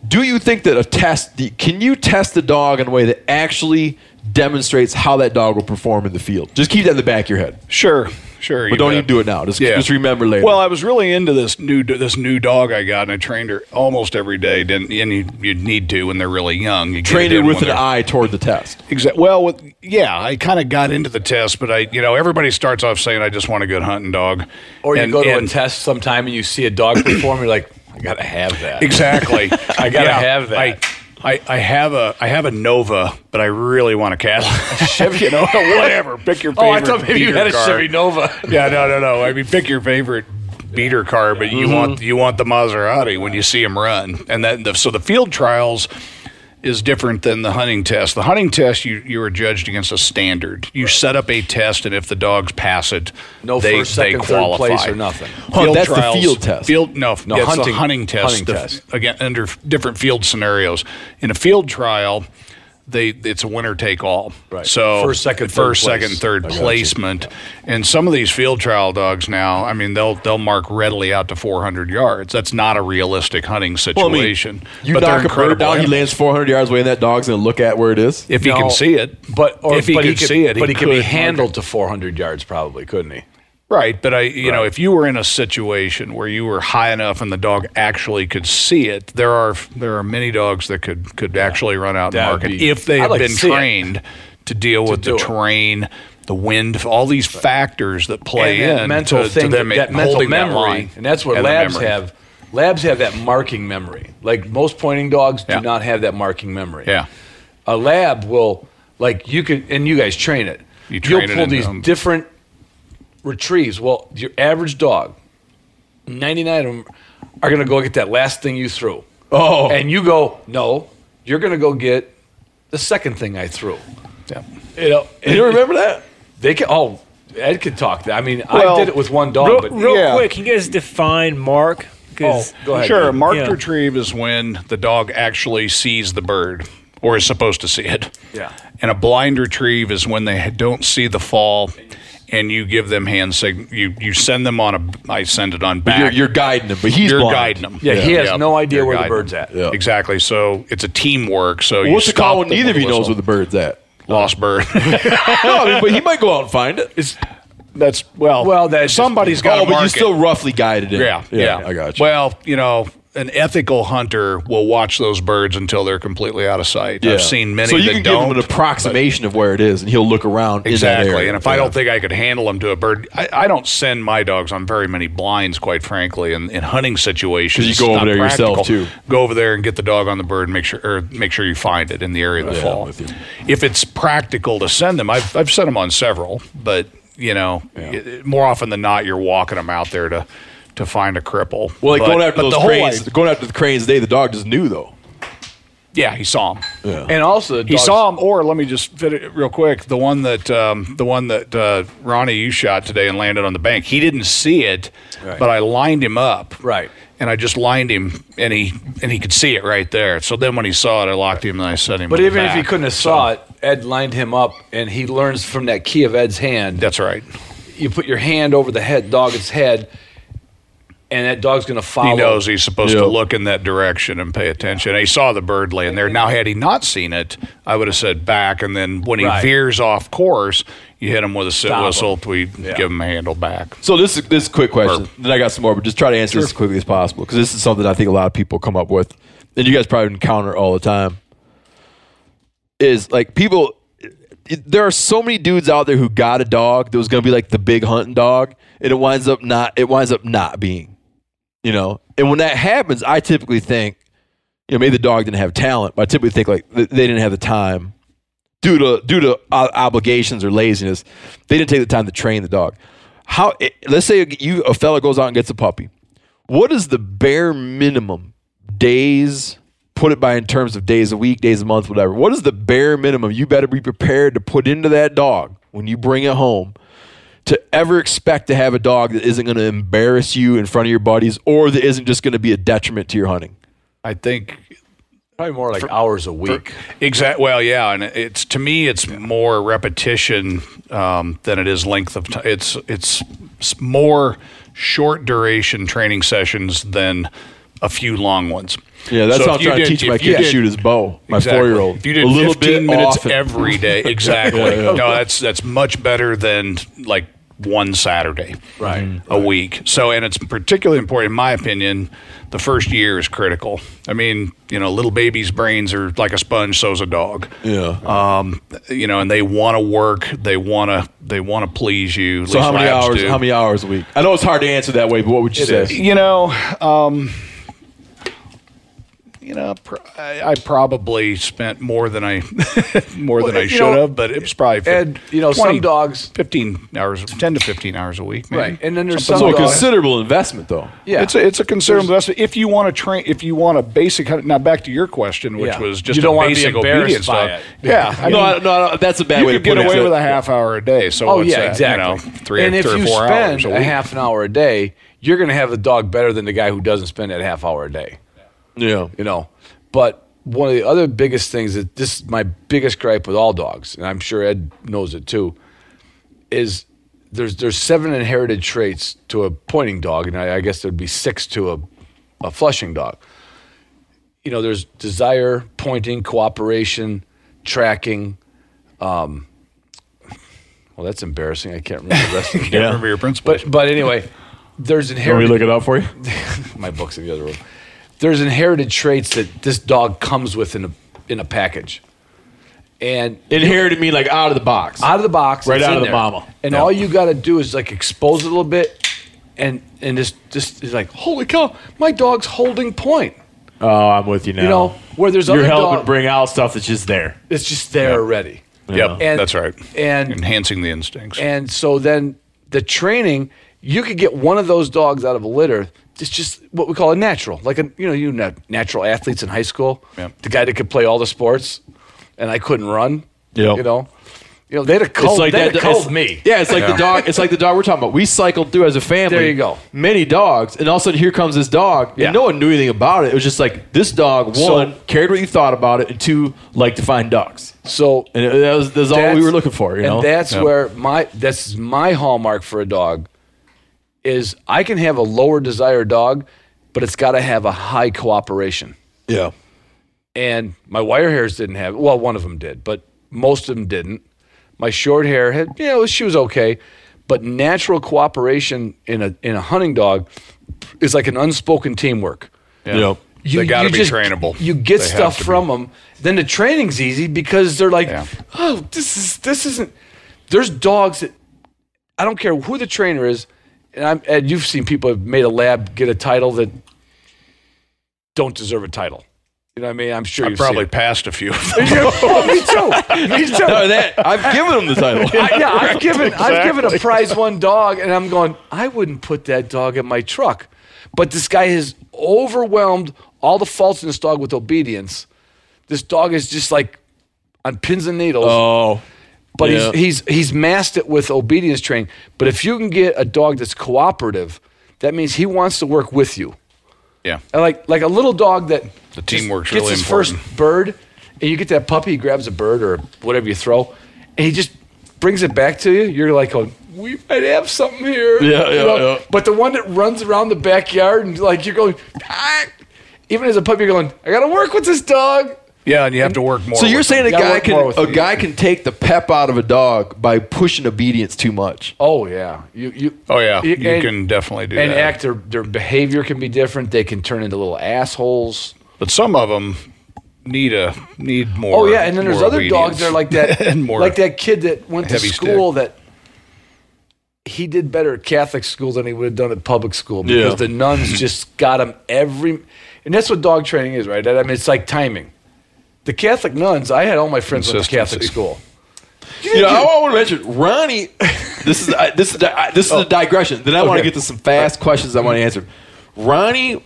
Do you think that a test the, can you test the dog in a way that actually demonstrates how that dog will perform in the field? Just keep that in the back of your head, sure, sure, but don't even do it now. Just just remember later. Well, I was really into this new this new dog I got, and I trained her almost every day. Didn't and you, you need to when they're really young. You get train it in with when an they're- eye toward the test. Exactly. Well, with, yeah, I kind of got into the test, but I, you know, everybody starts off saying I just want a good hunting dog, Or you And- go to and- a test sometime and you see a dog perform, you're like, I gotta have that. Exactly. I gotta have that. I, I, I have a I have a Nova, but I really want a Cadillac. Chevy, you know, Whatever, pick your favorite. Oh, I thought maybe you beater had a car. Chevy Nova. Yeah, no, no, no. I mean, pick your favorite beater car, but Mm-hmm. you want you want the Maserati when you see him run, and that the, so the field trials is different than the hunting test. The hunting test, you you are judged against a standard. You set up a test, and if the dogs pass it, No they, first, they second, third place qualify. or nothing. Huh, that's the field test. Field no, No, that's hunting- a hunting test. hunting the- test. again under f- different field scenarios. In a field trial, they it's a winner take all. Right. So First, second, third first, place. second, third I got you. placement, and some of these field trial dogs now, I mean, they'll they'll mark readily out to 400 yards. That's not a realistic hunting situation. you but they're knock a bird incredible down, he animals. lands 400 yards away, and that dog's going to look at where it is. if he No, can see it. But or if he but could see it, but he, could be could handled to 400 yards, probably, couldn't he? Right, but I, you know, if you were in a situation where you were high enough and the dog actually could see it, there are there are many dogs that could could actually run out and That mark would it be- if they I'd have like to been see it. trained to deal with do the it. terrain, the wind, all these factors that play and that in mental to, to thing, them that, that mental holding that memory, line and that's what and the labs memory. have. Labs have that marking memory. Like most pointing dogs do Yeah. not have that marking memory. Yeah. a lab will like you could, and you guys train it. You will train it pull in, these um, different retrieves. Well, your average dog, ninety nine of them are going to go get that last thing you threw. Oh. and you go no, you're going to go get the second thing I threw. Yeah. You know, you remember that? They can. Oh, Ed could talk. That. I mean, Well, I did it with one dog, Real, but real yeah. quick, can you guys define mark? 'Cause- Oh, go ahead. Sure, marked Yeah. retrieve is when the dog actually sees the bird or is supposed to see it. Yeah. And a blind retrieve is when they don't see the fall and you give them hand signal. You you send them on a I send it on back. You're, you're guiding him, but he's You're blind. guiding them. Yeah, he has no idea You're where the guiding bird's them. at. Yeah. Exactly. So it's a teamwork. So Well, you what's the stop call when them neither of with you a knows where whistle. the bird's at? lost bird. no, I mean, but he might go out and find it. that's well. Well, that's just- somebody's got oh, but to mark you it. still roughly guided it. Yeah, yeah, I got you. Well, you know, an ethical hunter will watch those birds until they're completely out of sight. I've seen many So you that can don't. give him an approximation of where it is, and he'll look around in that Exactly. area. And if I Yeah. don't think I could handle them to a bird, I, I don't send my dogs on very many blinds, quite frankly, in, in hunting situations. 'Cause you go It's over not there yourself, practical. too. Go over there and get the dog on the bird and make sure, or make sure you find it in the area of the Yeah, fall. I'm with you. If it's practical to send them, I've, I've sent them on several, but you know, it- it- more often than not, you're walking them out there to, to find a cripple. well, like But- going after but those the whole cranes, idea- going after the cranes today, the dog just knew though. yeah, he saw him. And also, the He dogs- saw him, or let me just fit it real quick. The one that um, the one that uh, Ronnie you shot today and landed on the bank. He didn't see it, but I lined him up. Right. And I just lined him, and he and he could see it right there. So then when he saw it, I locked him and I set him. But on the even if he back. couldn't have saw it, Ed lined him up, and he learns from that key of Ed's hand. that's right. you put your hand over the head, dog's head, and that dog's going to follow. He knows he's supposed Yeah. to look in that direction and pay attention. He saw the bird laying there. Now, had he not seen it, I would have said back. And then when he Right. veers off course, you hit him with a sit Stop him. whistle. We give him a handle back. So this is this is a quick question. Burp. Then I got some more, but just try to answer this as quickly as possible because this is something I think a lot of people come up with, and you guys probably encounter all the time. Is like people, it- there are so many dudes out there who got a dog that was going to be like the big hunting dog, and it winds up not. It winds up not being, you know. And when that happens, I typically think, you know, maybe the dog didn't have talent, but I typically think like th- they didn't have the time due to due to uh, obligations or laziness, they didn't take the time to train the dog. How? eh, Let's say you a fella goes out and gets a puppy. What is the bare minimum days? Put it by in terms of days a week, days a month, whatever. What is the bare minimum you better be prepared to put into that dog when you bring it home to ever expect to have a dog that isn't going to embarrass you in front of your buddies or that isn't just going to be a detriment to your hunting? I think probably more like hours a week. Exactly. Well, yeah, and it's to me, it's more repetition um, than it is length of time. It's it's s- more short duration training sessions than a few long ones. Yeah, that's So how I'm if you trying did- to teach my if you kid to did- shoot his bow, my Exactly. four year old. If you did a little 15 bit minutes often. every day, exactly. Yeah, yeah. No, that's that's much better than like one Saturday, Right. A week. So, and it's particularly important, in my opinion. The first year is critical. I mean, you know, little babies' brains are like a sponge. So's a dog. Yeah. Um, you know, and they want to work. They want to. They want to please you. So At how least many labs hours? do. How many hours a week? I know it's hard to answer that way, but what would you say? You know, um, you know, pr- I, I probably spent more than I more than Well, I you should know, have, but it was probably fif- Ed, you know, some dogs- fifteen hours, ten to fifteen hours a week, maybe. Right. And then there's So some a dogs. considerable investment, though. yeah. It's a, it's a considerable investment if you want to train. If you want a basic hunt- now back to your question, which Yeah. was just You don't a wanna be basic embarrassed obedience by dog. it. Yeah, I no, mean, I, no, no, that's a bad you way could to put get it. away So- with a half hour a day. So Oh what's yeah, that, exactly. You know, three, and if three or you four spend hours a a, week. half an hour a day, you're going to have the dog better than the guy who doesn't spend that half hour a day. Yeah. You know, but one of the other biggest things that this is my biggest gripe with all dogs, and I'm sure Ed knows it too, is there's there's seven inherited traits to a pointing dog, and I, I guess there'd be six to a a flushing dog. You know, there's desire, pointing, cooperation, tracking. Um, well, that's embarrassing. I can't remember the rest of it. Can't remember your principles. But but anyway, there's Can we inherited look it up for you? my books in the other room. There's inherited traits that this dog comes with in a in a package, and Inherited me like out of the box. out of the box, Right it's out in of the there. mama. And all you got to do is like expose it a little bit, and and just just is like, holy cow, my dog's holding point. oh, I'm with you now. You know where there's you're other helping dog, bring out stuff that's just there. it's just there already. Yep, And- that's right. and- enhancing the instincts. And so then the training, you could get one of those dogs out of a litter. It's just what we call a natural, like a you know you know natural athletes in high school. Yeah. The guy that could play all the sports, and I couldn't run. Yeah. You know, you know they'd have culled, they'd have culled it's- me. Yeah, it's like the dog. It's like the dog we're talking about. We cycled through as a family. There you go. Many dogs, and all of a sudden here comes this dog, Yeah. and no one knew anything about it. It was just like this dog. So- One cared what you thought about it, and two liked to find ducks. So And it- that was, that was all we that's- were looking for. You know. and that's where my that's my hallmark for a dog is I can have a lower desire dog, but it's got to have a high cooperation. yeah. and my wire hairs didn't have well one of them did but most of them didn't my short hair had you know she was okay but natural cooperation in a in a hunting dog is like an unspoken teamwork Yeah. You know, they got to be trainable. You get They have stuff to be. from them. Then the training's easy because they're like, Yeah. oh, this is this isn't. There's dogs that I don't care who the trainer is, and I'm and you've seen people have made a lab get a title that don't deserve a title. You know what I mean? I'm sure I you've probably Seen passed a few. of it. them. oh, me too. Me too. No, that I've given him the title. I, yeah, I've given I've given a prize one dog, and I'm going. I wouldn't put that dog in my truck, but this guy has overwhelmed all the faults in this dog with obedience. This dog is just like on pins and needles, oh, but yeah. he's he's he's masked it with obedience training. But if you can get a dog that's cooperative, that means he wants to work with you. yeah. And like like a little dog that The just teamwork's gets really his first important. bird, and you get that puppy, he grabs a bird or whatever you throw, and he just brings it back to you. You're like, going, we might have something here. Yeah, You yeah, know? yeah. But the one that runs around the backyard and like you're going, ah! even as a puppy, you're going, I gotta work with this dog. Yeah, and you have to work more. So you're with saying a Gotta guy work more can with a them. guy can take the pep out of a dog by pushing obedience too much. Oh yeah, you you. them. Oh yeah, you, and- can definitely do And that. act their their behavior can be different. They can turn into little assholes. but some of them need a need more. Oh yeah, and then there's more other dogs obedience. that are like that, and more like that kid that went to heavy school that he did better at Catholic school than he would have done at public school because Yeah. the nuns just got him every, and that's what dog training is, right? I mean, it's like timing. The Catholic nuns, I had all my friends went to Catholic Consistency. school. You know, I want to mention Ronnie. This is I this is I, this is Oh. a digression. Then I want to get to some fast questions I want to answer. Ronnie,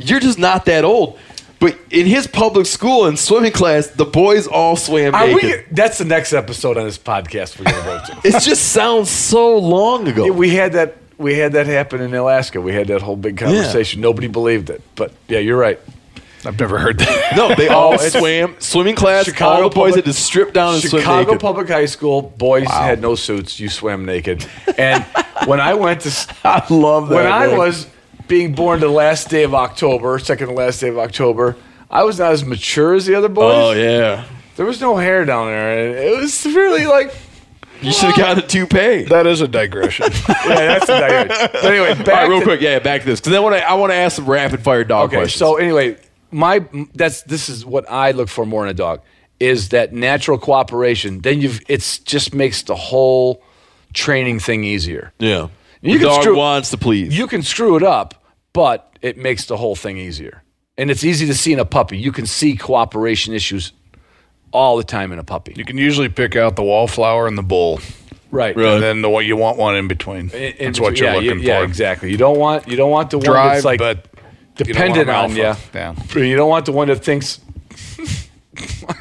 you're just not that old. But in his public school and swimming class, the boys all swam Are naked. we, that's the next episode on this podcast we're going to go to. It just sounds so long ago. we had that. We had that happen in Alaska. We had that whole big conversation. Nobody believed it, but yeah, you're right. I've never heard that. no, they all Oh, it's- swam swimming class. Chicago all the boys had public- to strip down and swim Chicago naked. Public High School boys had no suits. You swam naked. And when I went to, s- I love that. when I man. was being born the last day of October, second to last day of October, I was not as mature as the other boys. oh yeah, There was no hair down there. And it was really like, you should have got a toupee. that is a digression. yeah, that's not good. But anyway, back All right, real to- quick, yeah, yeah, back to this because then when I, I want to ask some rapid fire dog Okay, questions. so anyway, my that's this is what I look for more in a dog is that natural cooperation. Then you've it's just makes the whole training thing easier. yeah, You the can dog screw- wants to please. you can screw it up, but it makes the whole thing easier. And it's easy to see in a puppy. You can see cooperation issues all the time in a puppy. you can usually pick out the wallflower and the bull, right. and then the one you want one in In- between. in That's what between- you're yeah, looking yeah, Yeah, for. exactly. You don't want you don't want the one Drive, that's like but you don't want dependent an on you. alpha. Yeah. You don't want the one that thinks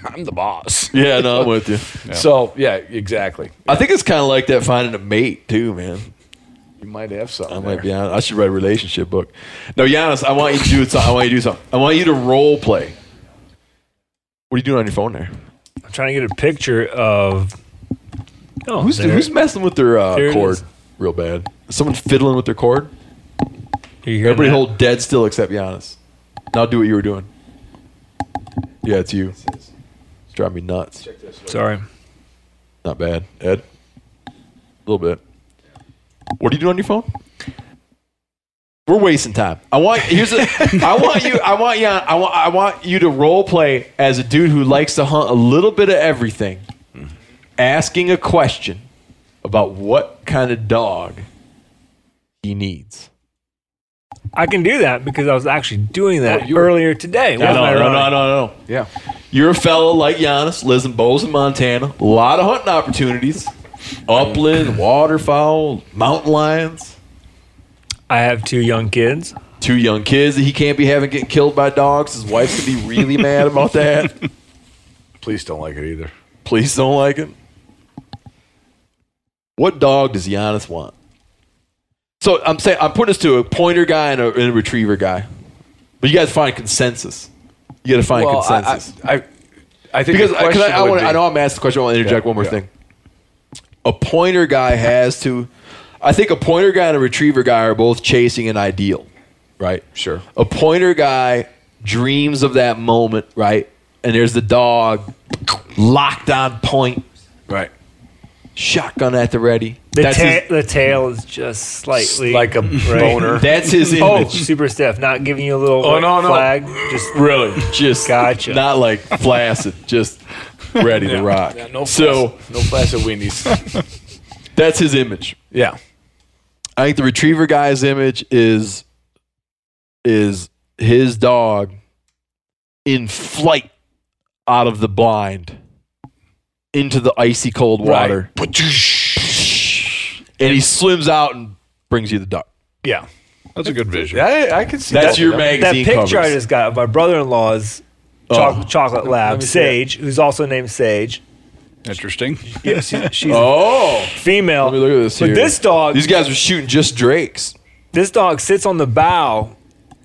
I'm the boss. yeah, no, I'm with you. So yeah, exactly. I think it's kind of like that finding a mate too, man. You might have something. I there. might be honest. I should write a relationship book. No, Giannis, I want you to do something. I want you to do something. I want you to role play. What are you doing on your phone there? I'm trying to get a picture of. Oh, Who's there- who's messing with their There uh, it cord is. real bad? Someone fiddling with their cord. you hearing Everybody that? hold dead still except Giannis. Now do what you were doing. Yeah, it's you. It's driving me nuts. Sorry. Not bad, Ed. A little bit. What do you do on your phone? We're wasting time. I want here's a. I want you. I want you. on- I want. I want you to role play as a dude who likes to hunt a little bit of everything, asking a question about what kind of dog he needs. I can do that because I was actually doing Oh, that earlier today. No, no, Wasn't I, no, Ronnie? no, no, no. Yeah. You're a fellow like Giannis, lives in Bozeman, Montana. A lot of hunting opportunities, upland, waterfowl, mountain lions. I have two young kids. two young kids that he can't be having getting killed by dogs. His wife's gonna be really mad about that. Please don't like it either. Please don't like it. What dog does Giannis want? So I'm saying I'm putting this to a pointer guy and a, and a retriever guy, but you guys find consensus. You got to find Well, I, consensus I, I, I think because the I, 'cause I, question I, would wanna, be- I know I'm asked the question. I want to interject Yeah, one more yeah. thing. A pointer guy has to. I think a pointer guy and a retriever guy are both chasing an ideal, right? Sure. A pointer guy dreams of that moment, right? And there's the dog locked on point. Right. shotgun at the ready. The, That's ta- his- the tail is just slightly like a boner. That's his image. oh super stiff, not giving you a little Oh, like, no, no. flag. Just Really, just Gotcha. Not like flaccid, just ready to rock. Yeah, no so flaccid- no flaccid weenies. that's his image. yeah. I think the retriever guy's image is is his dog in flight out of the blind into the icy cold water. And he swims out and brings you the duck. Yeah. That's a good vision. I, I can see That's that. your that magazine picture I covers. just got of my brother-in-law's choc- Oh. chocolate lab, see it. Sage, who's also named Sage. Interesting. Yeah, she- she's oh, female. let me look at this But here. this dog, These guys were shooting just drakes. this dog sits on the bow,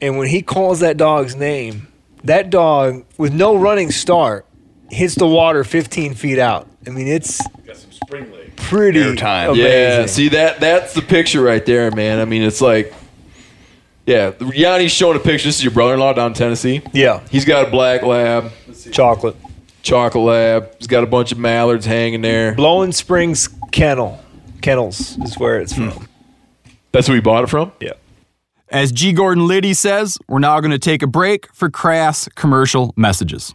and when he calls that dog's name, that dog with no running start hits the water 15 feet out. I mean, it's pretty Airtime. amazing. Yeah, see that that's the picture right there, man. I mean, it's like yeah, Yanni's showing a picture. This is your brother-in-law down in Tennessee. Yeah, He's got a black lab, chocolate. chocolate lab. He's got a bunch of mallards hanging there. Blowing Springs Kennel, kennels is where it's from. That's where we bought it from? Yeah. As G. Gordon Liddy says, we're now going to take a break for crass commercial messages.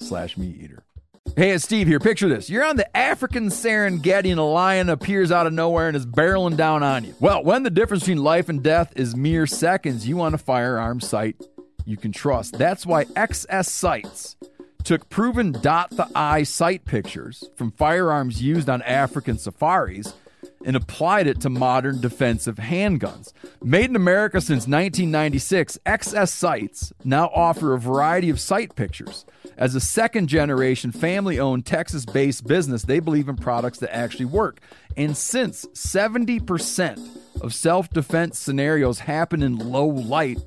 slash meateater. Hey, it's Steve here. Picture this. You're on the African Serengeti and a lion appears out of nowhere and is barreling down on you. Well, when the difference between life and death is mere seconds, you want a firearm sight you can trust. That's why XS Sights took proven dot the eye sight pictures from firearms used on African safaris and applied it to modern defensive handguns. Made in America since 1996, XS Sights now offer a variety of sight pictures. As a second generation family owned Texas based business, they believe in products that actually work. And since 70% of self defense scenarios happen in low light,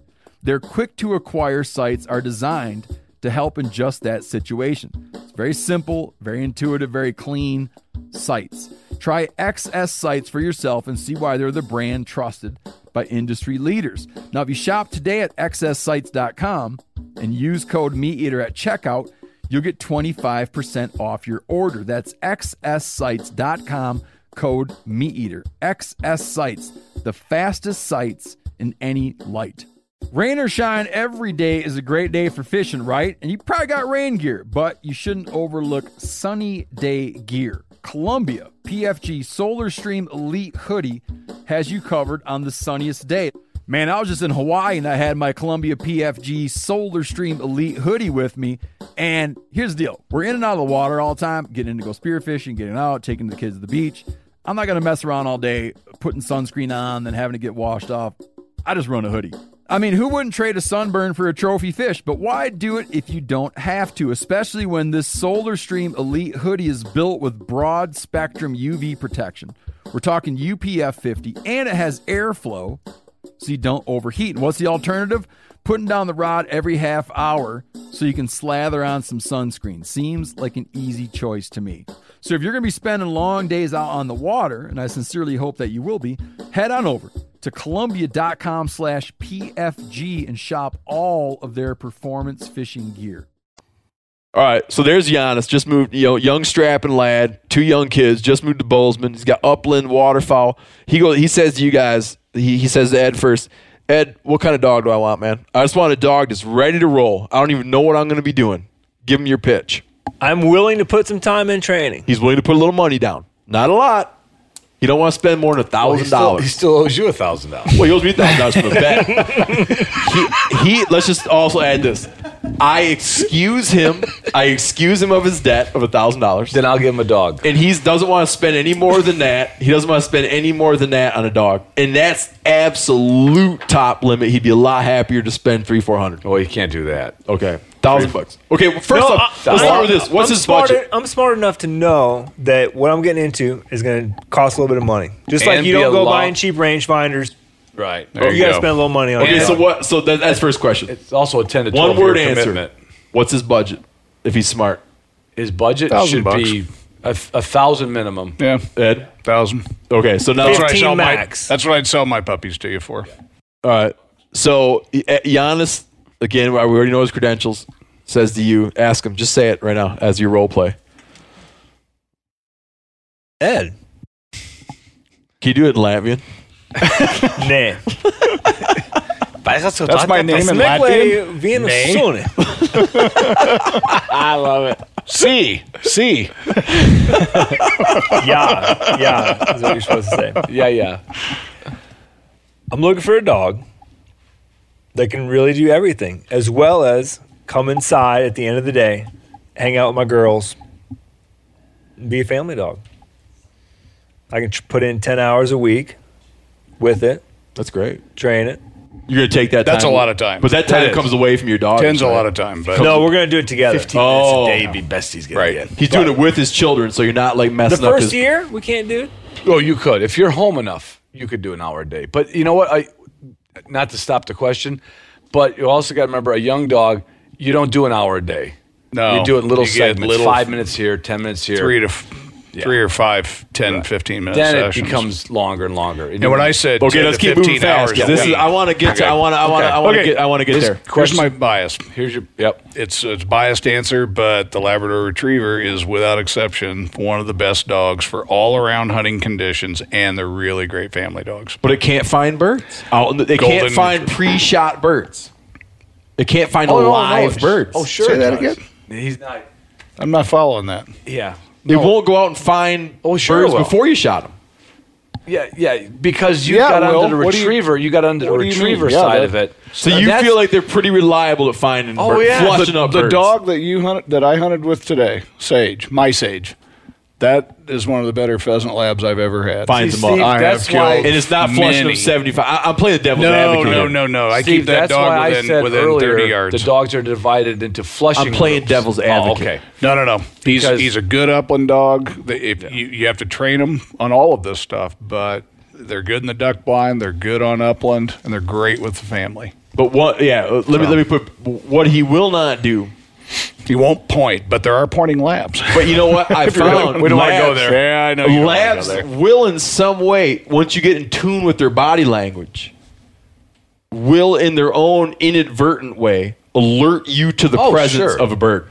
their quick to acquire sites are designed to help in just that situation. It's very simple, very intuitive, very clean sites. Try XS sites for yourself and see why they're the brand trusted by industry leaders. Now, if you shop today at xssites.com and use code MeatEater at checkout, you'll get 25% off your order. That's xssites.com, code MeatEater. XS sites, the fastest sites in any light. Rain or shine, every day is a great day for fishing, right? And you probably got rain gear, but you shouldn't overlook sunny day gear. Columbia PFG Solar Stream Elite Hoodie has you covered on the sunniest day. Man, I was just in Hawaii and I had my Columbia PFG Solar Stream Elite hoodie with me. And here's the deal we're in and out of the water all the time, getting in to go spearfishing, getting out, taking the kids to the beach. I'm not going to mess around all day putting sunscreen on, then having to get washed off. I just run a hoodie. I mean, who wouldn't trade a sunburn for a trophy fish? But why do it if you don't have to, especially when this Solar Stream Elite hoodie is built with broad spectrum UV protection? We're talking UPF 50, and it has airflow so you don't overheat. And what's the alternative? Putting down the rod every half hour so you can slather on some sunscreen seems like an easy choice to me. So if you're going to be spending long days out on the water, and I sincerely hope that you will be, head on over to columbia.com slash PFG and shop all of their performance fishing gear. All right, so there's Giannis. Just moved, you know, young strapping lad, two young kids. Just moved to Bozeman. He's got upland waterfowl. He goes. He says to you guys. He, he says to Ed first. Ed, what kind of dog do I want, man? I just want a dog that's ready to roll. I don't even know what I'm going to be doing. Give him your pitch. I'm willing to put some time in training. He's willing to put a little money down. Not a lot. He don't want to spend more than a He thousand still, he dollars. still owes you a thousand dollars. Well, he owes me thousand dollars for the bet. he, he. Let's just also add this. I excuse him. I excuse him of his debt of a thousand dollars. Then I'll give him a dog. And he doesn't want to spend any more than that. He doesn't want to spend any more than that on a dog. And that's absolute top limit. He'd be a lot happier to spend three, four hundred. Well, you can't do that. Okay, thousand bucks. Okay, well, first No, off, I- let's I- start with this. What's I'm his smart budget? en- I'm smart enough to know that what I'm getting into is going to cost a little bit of money. Just like And you be don't a go lot- buying cheap rangefinders. Right. There You, you got to go. spend a little money on. Okay, it. so what? So that, that's first question. It's also a ten to twelve One word year answer. commitment. What's his budget? If he's smart, His budget Thousand should bucks. be a, a thousand minimum. Yeah, Ed. thousand. Okay, so now That's what I 15 sell max. my. That's what I'd sell my puppies to you for. All right. So I- I- Giannis, again, we already know his credentials. Says to you, ask him. Just say it right now as your role play. Ed? Can you do it in Latvian? Nah. That's my name in Latvian. Meklēju vienu suni. I love it. C C. Yeah, yeah. Is what you're supposed to say. Yeah, yeah. I'm looking for a dog that can really do everything, as well as come inside at the end of the day, hang out with my girls, and be a family dog. I can tr- put in 10 hours a week with it, That's great. train it. You're gonna take that. That's time- a lot of time. But that That time is. comes away from your dog. Ten's a right? lot of time, but No, we're going to do it together. Oh, be best he's gonna Right. he's doing it with his children, so you're not like The messing up first his. year, we can't do it. Oh, you could. If you're home enough, you could do an hour a day. But you know what? I not to stop the question, but you also got to remember a young dog. You don't do an hour a day. No. you do it in little You get segments. little- five minutes here, ten minutes here. three to f- three or five, 10, 15 minute then sessions. it becomes longer and longer. And when I said Okay, 10 let's to keep 15 moving hours, fast. 'cause This is. I want to get. To, I want to. I want to. I want to Okay. get. I want to get This- there. Here's question. my bias. here's your yep. It's it's a biased answer, but the Labrador Retriever is without exception one of the best dogs for all around hunting conditions, and they're really great family dogs. But it can't find birds. Out in the- they can't Golden find retriever. pre-shot birds. It can't find Oh, no, no, live it's- birds. Oh, sure. Say that it does. again? He's not. I'm not following that. Yeah. It won't go out and find Oh, sure birds it will. before you shot them. Yeah, yeah. Because you Yeah, got Will, under the what do you- retriever. You, got under the what do you mean? retriever Yeah, side that- of it. So you That's- feel like they're pretty reliable at finding Oh, birds, yeah. flushing up the birds. dog that you hunted, that I hunted with today, Sage, my Sage, that is one of the better pheasant labs I've ever had. finds See, them Steve, up. I that's have why- killed And it's not flushing them many. 75. I, I'm playing the devil's No, advocate. no, here. no, no. I Steve, keep that that's why dog I within, said within earlier, 30 yards. The dogs are divided into flushing. I'm playing groups. devil's Oh, advocate. okay. No, no, no. He's Because- he's a good upland dog. They- If you, you have to train them on all of this stuff, but they're good in the duck blind. They're good on upland, and they're great with the family. But what? Yeah. uh, Let me let me put what he will not do. He won't point, but there are pointing labs. But you know what? I found we don't wanna go labs- there. Yeah, I know you don't wanna go Labs there. will, in some way, once you get in tune with their body language, will in their own inadvertent way alert you to the Oh, presence sure. of a bird.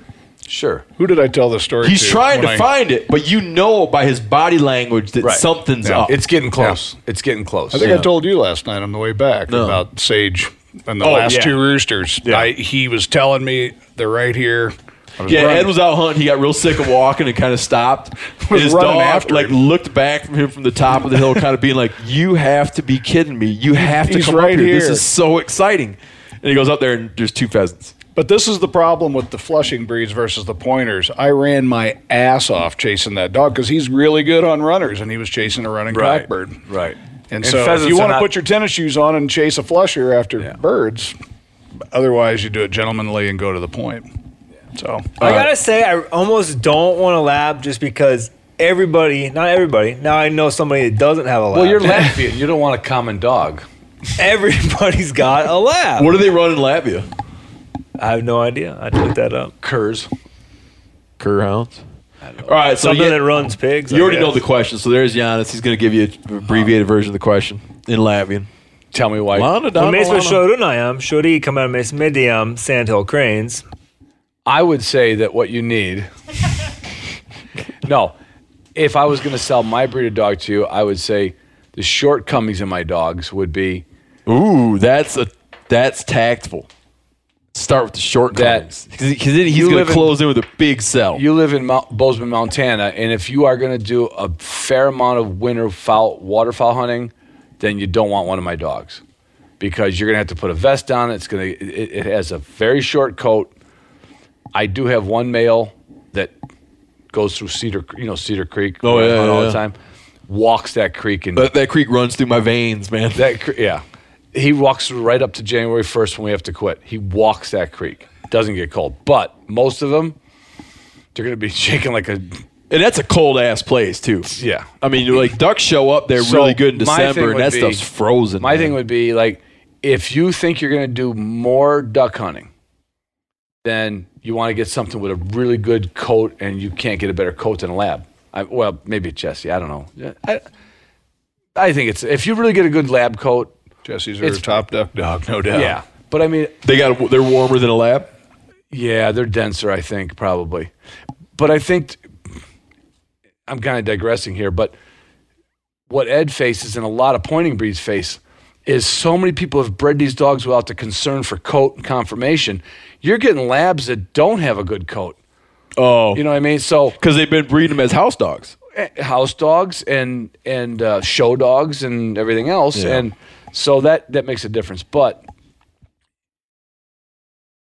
Sure. Who did I tell the story? He's to trying when to I- find it, but you know by his body language that Right. something's Oh. Yeah. up. It's getting close. It's getting close. I think I told you last night on the way back No. about Sage and the Oh, last yeah. two roosters. I, he was telling me they're right here. I was Yeah, running. Ed was out hunting. He got real sick of walking and kind of stopped. And Was his running dog after like him. looked back from him from the top of the hill, kind of being like, "You have to be kidding me! You have to he's come right up here. This here." is so exciting!" And he goes up there, and there's two pheasants. But this is the problem with the flushing breeds versus the pointers. I ran my ass off chasing that dog because he's really good on runners, and he was chasing a running Right. cockbird. Right. And, so, if pheasants you are want to not- put your tennis shoes on and chase a flusher after Yeah. birds, otherwise you do it gentlemanly and go to the point. So Uh, I gotta say, I almost don't want a lab just because everybody, not everybody, now I know somebody that doesn't have a lab. Well, you're Latvian. You don't want a common dog. everybody's got a lab. What do they run in Latvia? I have no idea. I had to look that up. Curs. Curhounds. All right, so Something yeah, that runs pigs. you I already know guess. the question. So there's Giannis. He's going to give you an abbreviated version of the question in Latvian. Tell me why. Lana, Un Donna, mēs par Lana. šo runājām. Šorīt, kamēr mēs medījām Sandhill Cranes, I would say that what you need. no, if I was going to sell my breed of dog to you, I would say the shortcomings in my dogs would be Ooh, that's a that's tactful. Start with the shortcuts because then he's going live to in- close in with a big sell. You live in Mount, Bozeman, Montana, and if you are going to do a fair amount of winter fowl, waterfowl hunting, then you don't want one of my dogs because you're going to have to put a vest on. It's going to it, it has a very short coat. I do have one male that goes through Cedar, you know, Cedar Creek. Oh, yeah, all yeah. the time. Walks that creek and that, that creek runs through my veins, man. that cre- yeah, he walks right up to January first when we have to quit. He walks that creek. Doesn't get cold, but most of them, they're going to be shaking like a and that's a cold ass place too. Yeah. I mean, like ducks show up, they're So really good in my thing December, would and that be- stuff's frozen. My man. thing would be like if you think you're going to do more duck hunting, then you want to get something with a really good coat, and you can't get a better coat than a lab. I, well, maybe a Jesse. I don't know. Yeah, I, I think it's if you really get a good lab coat. Jesse's our It's- top duck dog, no doubt. Yeah, but I mean, they got they're warmer than a lab. Yeah, they're denser, I think, probably. But I think I'm kind of digressing here, but what Ed faces and a lot of pointing breeds face is so many people have bred these dogs without the concern for coat and conformation. You're getting labs that don't have a good coat. Oh, You know what I mean? So because they've been breeding them as house dogs. eh, house dogs and and uh, show dogs and everything else, Yeah. and so that that makes a difference. But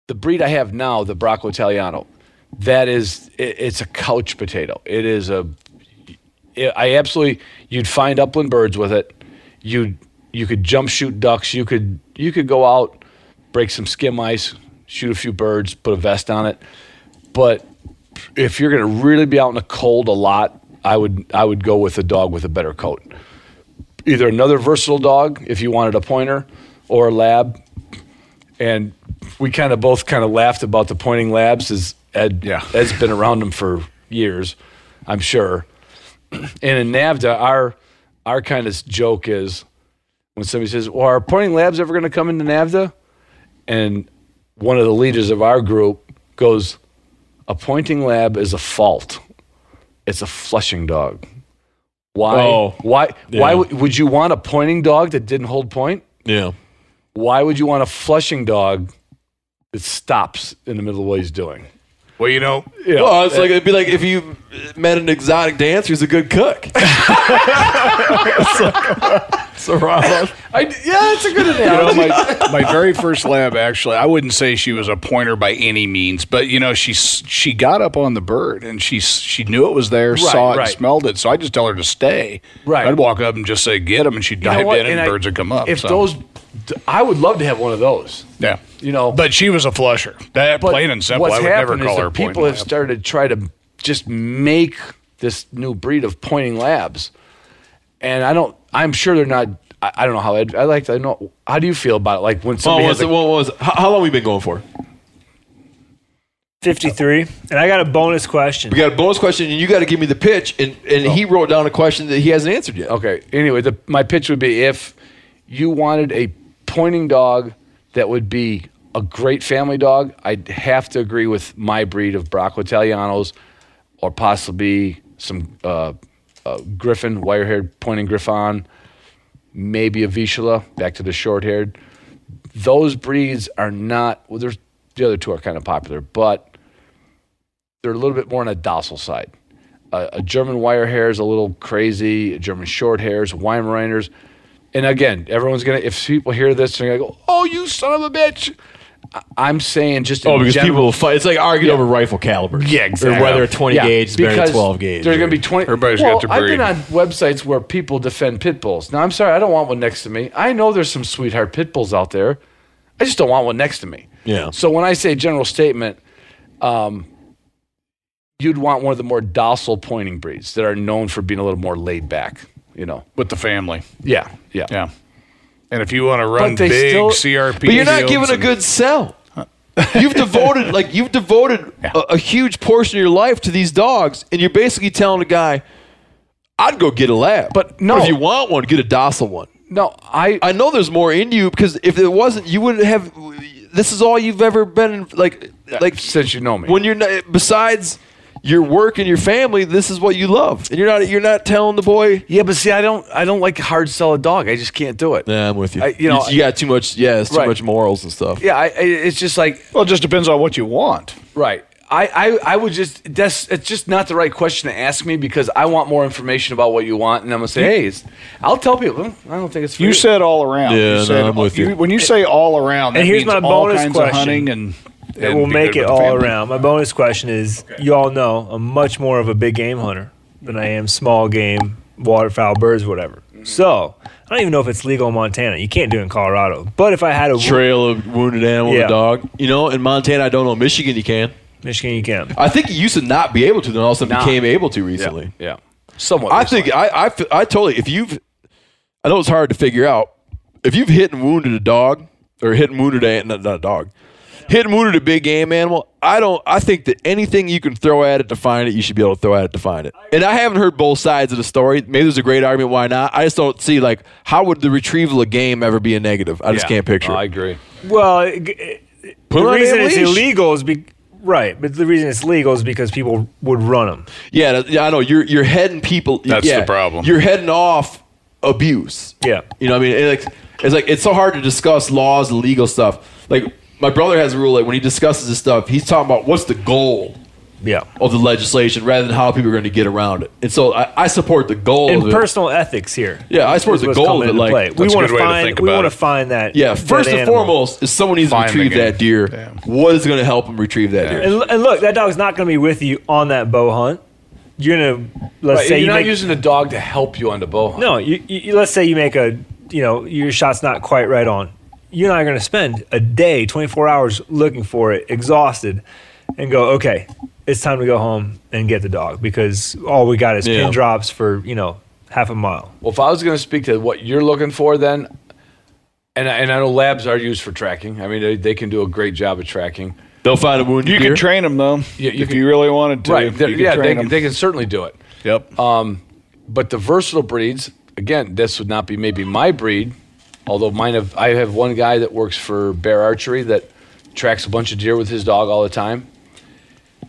the breed I have now, the Bracco Italiano, that is it, it's a couch potato. It is a I I absolutely you'd find upland birds with it. You you could jump shoot ducks. You could you could go out, break some skim ice, shoot a few birds, put a vest on it. But if you're going to really be out in the cold a lot, I would I would go with a dog with a better coat. Either another versatile dog if you wanted a pointer or a lab. And we kind of both kind of laughed about the pointing labs as Ed Yeah. Ed's been around them for years, I'm sure. And in NAVDA, our our kind of joke is when somebody says, "Well, are pointing labs ever going to come into NAVDA?" and one of the leaders of our group goes, "A pointing lab is a fault. It's a flushing dog. Why? Oh, why? yeah. Why w- would you want a pointing dog that didn't hold point? Yeah, Why would you want a flushing dog that stops in the middle of what he's doing? Well, you know, Well, it's like it'd be like if you met an exotic dancer who's a good cook. so, so Rob, I, yeah, that's a good analogy. You know, my, my very first lab, actually, I wouldn't say she was a pointer by any means, but you know, she s- she got up on the bird and she s- she knew it was there, saw it, right. smelled it. So I just tell her to stay. Right. I'd walk up and just say, "Get him," and she'd You know dive what? in, and, I- birds would come up. If so. those, I would love to have one of those. yeah, you know- but she was a flusher. That But plain and simple. What's I would never happened is call that her a pointer. people have started to try to just make this new breed of pointing labs, and I don't. I'm sure they're not. I, I don't know how. Ed, I like. to know. How do you feel about it? Like when what somebody was, has it, a, what was how, how long we been going for? 53. And I got a bonus question. We got a bonus question, and you got to give me the pitch. And and he wrote down a question that he hasn't answered yet. okay. Anyway, the, my pitch would be if you wanted a pointing dog that would be a great family dog, I'd have to agree with my breed of Bracco Italianos, or possibly some uh, uh, Griffin, wire-haired pointing Griffon, maybe a Vizsla, back to the short-haired. Those breeds are not. Well, there's the other two are kind of popular, but they're a little bit more on a docile side. A a German wire hair is a little crazy. German short hairs, Weimaraners, and again, everyone's gonna. If people hear this, they're gonna go, "Oh, you son of a bitch!" I- I'm saying just in Oh, because general- people will fight. It's like arguing over rifle caliber. Yeah, exactly. Or whether a 20 Yeah, gauge is better than because 12 gauge. There's going to to be 20. Everybody's well, got to I've been breed. on websites where people defend pit bulls. Now, I'm sorry, I don't want one next to me. I know there's some sweetheart pit bulls out there. I just don't want one next to me. Yeah. So when I say general statement, um, you'd want one of the more docile pointing breeds that are known for being a little more laid back. You know. with the family. Yeah. Yeah. Yeah, and if you want to run they big still- CRP, But you're not fields giving a and- good sell. You've devoted like you've devoted a, a huge portion of your life to these dogs, and you're basically telling a guy, "I'd go get a lab." But no. if you want one, get a docile one. No, I. I know there's more in you because if it wasn't, you wouldn't have. This is all you've ever been like. Like since you know me. when you're not, besides your work and your family. This is what you love, and you're not you're not telling the boy. Yeah, but see, I don't, I don't like hard sell a dog. I just can't do it. Yeah, I'm with you. I- you know, you, got too much. Yeah, it's too Right. much morals and stuff. Yeah, I, I, it's just like Well, it just depends on what you want. right. I, I, I would just that's it's just not the right question to ask me because I want more information about what you want, and I'm gonna say, hey, it's, I'll tell people. "Well, I don't think it's for You said all around. Yeah, you said, no, I'm with you. When you say all around, that And here's means my all bonus kinds question. of hunting and, It and will be make good it with the all family. around. My bonus question is: You all know I'm much more of a big game hunter than I am small game, waterfowl, birds, whatever. Mm-hmm. So I don't even know if it's legal in Montana. You can't do it in Colorado. But if I had a Trail a wounded animal, Yeah. a dog. You know, in Montana, I don't know. Michigan, you can. Michigan, you can. I think you used to not be able to, then all of a sudden Nah. became able to recently. yeah, somewhat. I think I, I f- I totally if you've I know it's hard to figure out if you've hit and wounded a dog or hit and wounded a not, not a dog hit and wounded a big game animal I don't I think that anything you can throw at it to find it you should be able to throw at it to find it and I haven't heard both sides of the story maybe there's a great argument why not I just don't see like how would the retrieval of game ever be a negative I just can't picture Oh, I it. agree. Well, it, it- the it on reason damn it's leash. illegal is be, right, but the reason it's legal is because people would run them. yeah that- yeah I know you're you're heading people That's the yeah, problem. you're heading off abuse Yeah. You know, what I mean, it, like, it's like it's so hard to discuss laws, and legal stuff. Like my brother has a rule like when he discusses this stuff, he's talking about what's the goal Yeah. of the legislation rather than how people are going to get around it. And so I, I support the goal. And of it. personal ethics here. Yeah, I suppose is the what's goal coming of it, into like, play. we that's a want good to way to find think we about want to it. find that. yeah. that First and animal. foremost, is someone needs to Find the retrieve game. that deer. Yeah. What is going to help them retrieve that deer? And, and look, that dog's not going to be with you on that bow hunt. You're gonna let's Right, say you're you not make, using a dog to help you on the bow hunt. no. You, you, you- let's say you make a you know your shot's not quite right on. You're not going to spend a day, 24 hours looking for it, exhausted, and go okay. It's time to go home and get the dog because all we got is Yeah. pin drops for you know half a mile. Well, if I was going to speak to what you're looking for, then, and I, and I know labs are used for tracking. I mean, they, they can do a great job of tracking. They'll find a wounded You deer. can train them though, Yeah, you if can- you really wanted to. right? you They, could yeah, they, train can- 'em. they can certainly do it. Yep. But the versatile breeds, again, this would not be maybe my breed, although mine have. I have one guy that works for Bear Archery that tracks a bunch of deer with his dog all the time.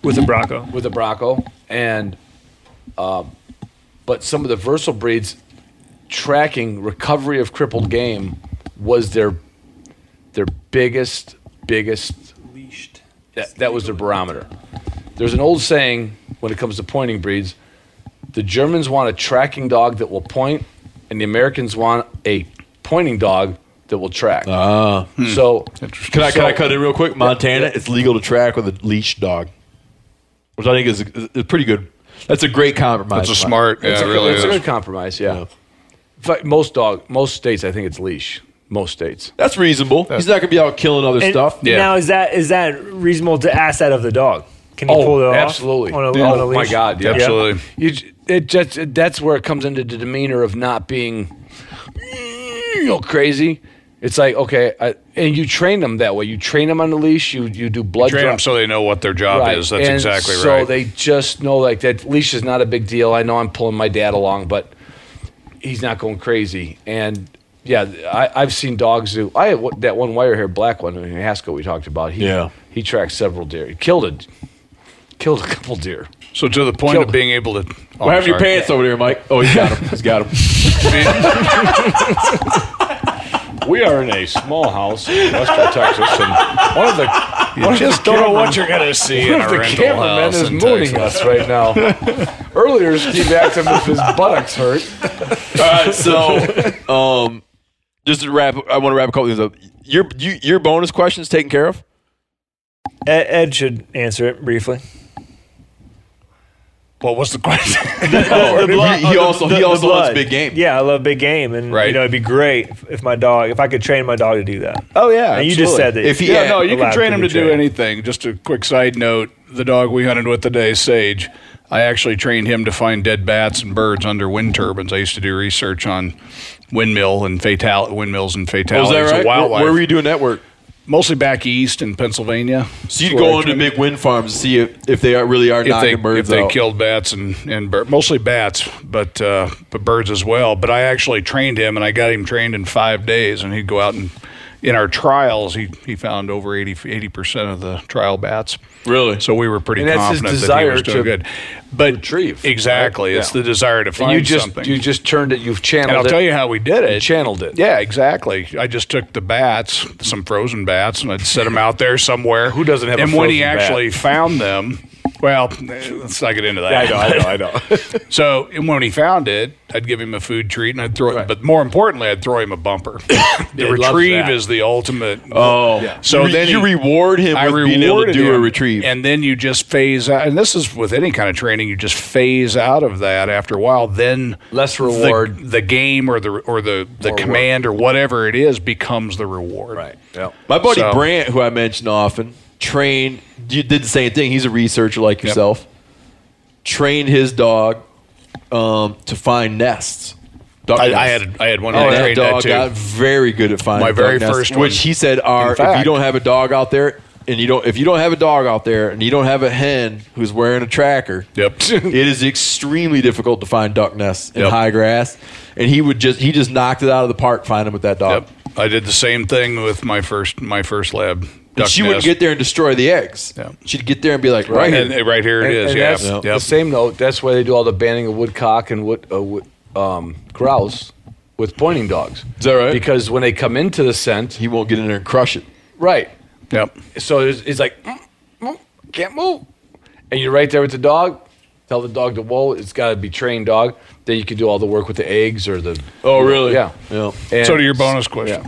With a Bronco, with a Bronco, and um, but some of the versatile breeds tracking recovery of crippled game was their their biggest biggest leashed. that, that was their barometer. There's an old saying when it comes to pointing breeds: the Germans want a tracking dog that will point, and the Americans want a pointing dog that will track. Ah. so Can I, can I so- cut in real quick? Montana, it's legal to track with a leash dog, which I think is a, is a pretty good. That's a great compromise. That's a smart. Yeah, It's it a, really it's a is. good compromise. Yeah. In fact, most dog, most states, I think it's leash. Most states. That's reasonable. He's not going to be out killing other And stuff. Now is that is that reasonable to ask that of the dog? Can you Oh, pull that off? absolutely. On a, Yeah. on a Oh my leash? God! Yeah. Absolutely. You, j- it just it- that's where it comes into the demeanor of not being, you know, crazy. It's like okay, I, and you train them that way. You train them on the leash. You you do blood Train draw- them so they know what their job Right. is. That's And exactly so right. they just know like that leash is not a big deal. I know I'm pulling my dad along, but he's not going crazy. And yeah, I, I've seen dogs do. I have what- that one wire hair black one in Haskell we talked about. He, Yeah. he tracked several deer. He killed a killed a couple deer. so to the point Killed- of being able to. Oh, What I'm happened to your sorry. pants over there, Mike? Oh, he's got him. He's got him. We are in a small house in western Texas, and one of the You just don't know what you're gonna see in a the rental cameraman house is in mooning Texas. us right now. Earlier, Steve asked him if his buttocks hurt. All right, so um, just to wrap, I want to wrap a couple things up. Your you, your bonus questions taken care of. Ed, Ed should answer it briefly. What was the question? Oh, he, he also he also loves big game. Yeah, I love big game, and you Right. know it'd be great if, if my dog, if I could train my dog to do that. Oh yeah. And you just said that. If he yeah, yeah, no, you can allowed train to him be to do trained. anything. Just a quick side note: the dog we hunted with today, Sage, I actually trained him to find dead bats and birds under wind turbines. I used to do research on windmill and fatal windmills and was Oh, fatalities that right? of Where, wildlife, where were you doing that work? mostly back east in Pennsylvania. So you'd go into big wind farms to see if, if they are, really are if knocking they if birds they out. killed bats and and bir- mostly bats, but uh, but birds as well. But I actually trained him, and I got him trained in five days, and he'd go out and in our trials, he, he found over 80 percent of the trial bats. Really? So we were pretty And that's his confident that he desire was doing to good. But retrieve, right? exactly, it's Yeah. the desire to And find you just something. you just turned it. You've channeled and I'll it. tell you how we did it. channeled it. Yeah, exactly. I just took the bats, some frozen bats, and I'd set them out there somewhere. Who doesn't have a And when he frozen bat? actually found them, well, eh, let's not get into that. I know. I know. So and when he found it, I'd give him a food treat, and I'd throw it. But more importantly, I'd throw him a bumper. the loves retrieve that. is the ultimate. Oh, So you, re- then you he- reward him I with being able to rewarded do a him, retrieve. and then you just phase out. And this is with any kind of training, you just phase out of that after a while. Then Less the- reward. the, game or the or the the More command or whatever it is becomes the reward. right. Yeah. My buddy So- Brant, who I mention often, trained. You did the same thing. He's a researcher like yourself. Trained his dog um, to find nests. Duck I, nests. I had I had one And that that trained dog that too. got very good at finding My duck very nests, first one. which he said are In if you fact- don't have a dog out there and you don't if you don't have a dog out there and you don't have a hen who's wearing a tracker, Yep. it is extremely difficult to find duck nests in Yep. high grass. And he would just he just knocked it out of the park finding with that dog. Yep. I did the same thing with my first my first lab. And duck she wouldn't nest. get there and destroy the eggs. Yeah. She'd get there and be like, right here. And uh, right here it And- is. and yeah. that's Yep. The same note. That's why they do all the banning of woodcock and wood, uh, wood um, grouse with pointing dogs. Is that right? Because when they come into the scent, he won't get in there and crush it. right. Yep. So it's, it's like "Mm, mm, can't move, and you're right there with the dog. Tell the dog to whoa. It's got to be trained dog. Then you can do all the work with the eggs or the. Oh, really? Yeah. Yeah. And- So to your bonus question,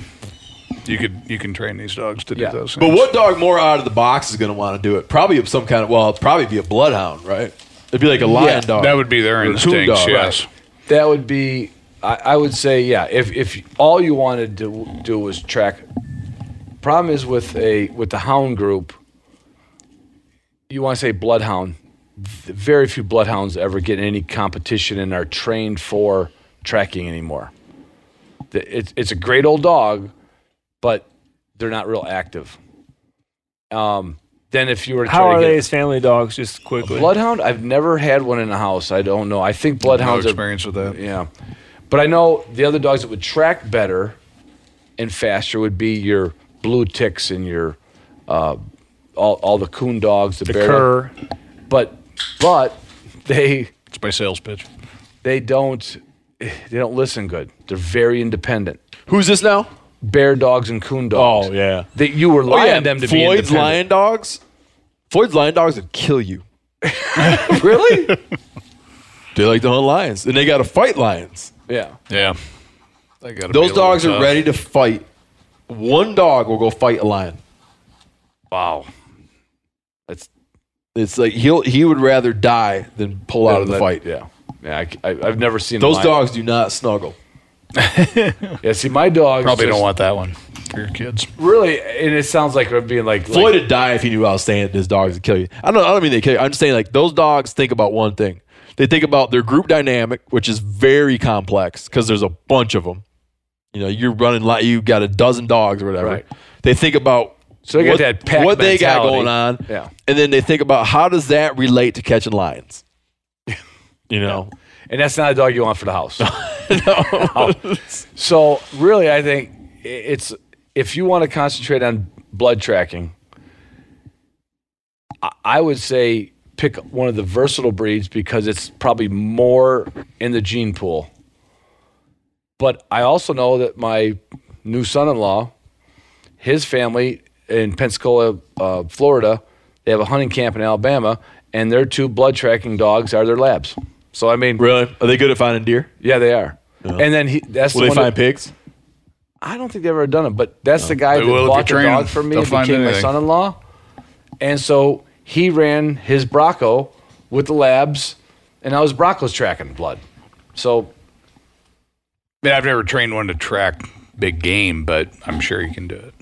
you could you can train these dogs to do Yeah. those. But things. what dog more out of the box is going to want to do it? Probably some kind of, well, it'd probably be a bloodhound, right? It'd be like a lion Yeah, dog. That would be Or their a coon instincts. dog, yes. That would be, I, I would say, yeah. If if all you wanted to do was track, problem is with a with the hound group. You want to say bloodhound. v- Very few bloodhounds ever get in any competition and are trained for tracking anymore. The- It's it's a great old dog, but they're not real active. Um, then if you were to How try are to get they as family dogs? Just quickly. bloodhound, I've never had one in the house. I don't know. I think bloodhounds no are experience with that. yeah. But I know the other dogs that would track better and faster would be your blue ticks and your uh, all, all the coon dogs, the, The bear. cur. But but they It's my sales pitch. they don't they don't listen good. They're very independent. Who's this now? Bear dogs and coon dogs. Oh, yeah. That you were lying yeah, them to be Floyd's independent. lion dogs. Floyd's lion dogs would kill you. really? they like to hunt lions, and they got to fight lions. Yeah. Yeah. Those dogs are ready to fight. One dog will go fight a lion. Wow. That's It's like he'll he would rather die than pull out of the that- fight. Yeah. Yeah, I, have never seen a Those lion- dogs do not snuggle. Yeah, see, my dogs Probably just- don't want that one for your kids. really, and it sounds like I'm being like Floyd would die if he knew I was saying that his dogs would kill you. I don't I don't mean they kill you. I'm just saying like those dogs think about one thing. They think about their group dynamic, which is very complex because there's a bunch of them. You know, you're running like you got a dozen dogs or whatever. Right. They think about So they got that pack what they got mentality. going on, Yeah. and then they think about how does that relate to catching lions. You know, and that's not a dog you want for the house. No. So really, I think i- it's if you want to concentrate on blood tracking, I- I would say pick one of the versatile breeds because it's probably more in the gene pool. But I also know that my new son-in-law, his family in Pensacola, uh, Florida, they have a hunting camp in Alabama, and their two blood tracking dogs are their labs. So I mean, really? Are they good at finding deer? yeah, they are. And then he, that's Will the they one find that- pigs? I don't think they've ever done it, but that's the guy They that will if you bought the train dog them. from me They'll and find became my anything. son-in-law. And so he ran his Bronco with the labs, and now his Bronco's tracking blood. So I mean, I've never trained one to track big game, but I'm sure you can do it.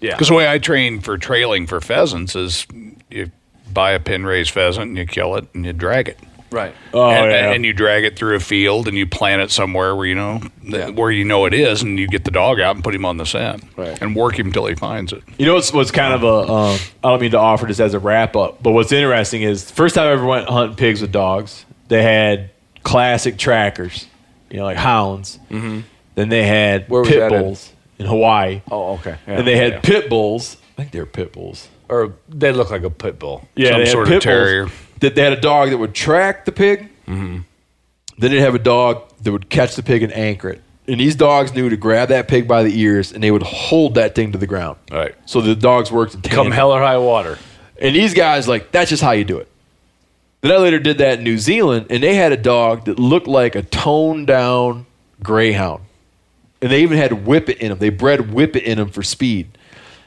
yeah, Because the way I train for trailing for pheasants is you buy a pin raised pheasant and you kill it and you drag it. right. Oh and, and you drag it through a field and you plant it somewhere where you know Yeah. where you know it is, and you get the dog out and put him on the scent Right. and work him till he finds it. You know what's, what's kind of a um, I don't mean to offer this as a wrap up, but what's interesting is first time I ever went hunting pigs with dogs, they had classic trackers, you know, like hounds. Mm-hmm. Then they had Where was pit that at? bulls. in Hawaii, Oh, okay. Yeah, and they had yeah. pit bulls. I think they were pit bulls. or they look like a pit bull. Yeah, Some they had sort of pit bulls Mm-hmm. terrier. That they had a dog that would track the pig. Then they'd have a dog that would catch the pig and anchor it. And these dogs knew to grab that pig by the ears and they would hold that thing to the ground. All right. So the dogs worked in tandem. Come hell or high water. And these guys, like, that's just how you do it. Then I later did that in New Zealand, and they had a dog that looked like a toned down greyhound. And they even had whippet in them. They bred whippet in them for speed.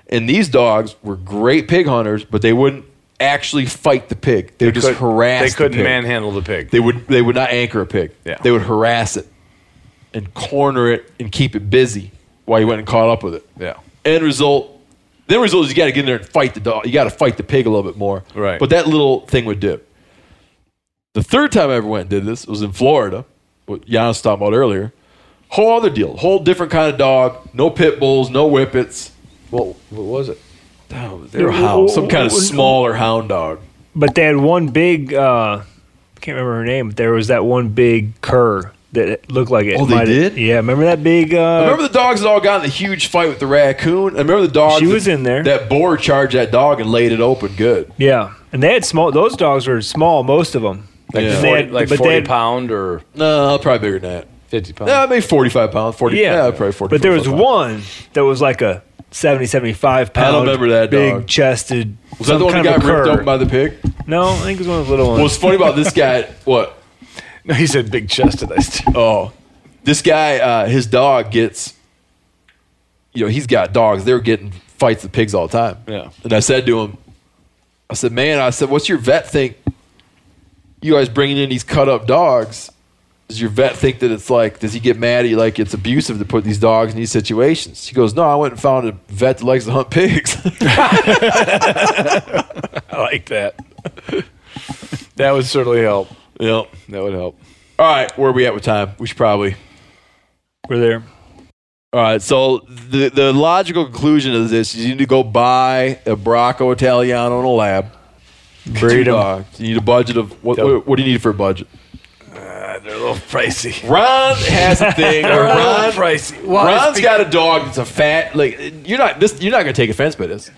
And these dogs were great pig hunters, but they wouldn't actually fight the pig. They, would just Could- harass They couldn't the pig. manhandle the pig. They would they would not anchor a pig. Yeah. They would harass it and corner it and keep it busy while you went and caught up with it. Yeah. End result the end result is you gotta get in there and fight the dog. You gotta fight the pig a little bit more. Right. But that little thing would dip. The third time I ever went and did this was in Florida, what Giannis was talking about earlier. Whole other deal. Whole different kind of dog, no pit bulls, no whippets. Well, what was it? They were hound, some kind of smaller hound dog. But they had one big. Uh, I can't remember her name. But there was that one big cur that looked like it. Oh, they might- did? Yeah, remember that big? I Uh, remember the dogs that all got in the huge fight with the raccoon. I remember the dog. She that- was in there. That boar charged that dog and laid it open good. yeah, and they had small. Those dogs were small, most of them. Like Yeah. 40, They- like but 40 they- pound or No, probably bigger than that. 50 pound? No, maybe 45 pounds. 40, yeah, Yeah, probably 40. But there was 45. one that was like a 70, 75 pound. I don't remember that big dog. chested. Was that the one that got ripped open by the pig? No, I think it was one of those little ones. What's funny about this guy? What? No, he said big chested. I still- Oh, this guy, uh, his dog gets, you know, he's got dogs. They're getting fights with pigs all the time. Yeah. And I said to him, I said, man, I said, what's your vet think? You guys bringing in these cut up dogs. Does your vet think that it's like, does he get mad at you like it's abusive to put these dogs in these situations? He goes, no, I went and found a vet that likes to hunt pigs. I like that. that would certainly help. yep. That would help. All right, where are we at with time? We should probably. We're there. All right, so the the logical conclusion of this is you need to go buy a Bracco Italiano in a lab. Breed them. You need a budget of what, what? What do you need for a budget? They're a little pricey. Ron has a thing. Or Ron, pricey. Why is Ron's big- got a dog that's a fat. Like you're not this. You're not gonna take offense by this.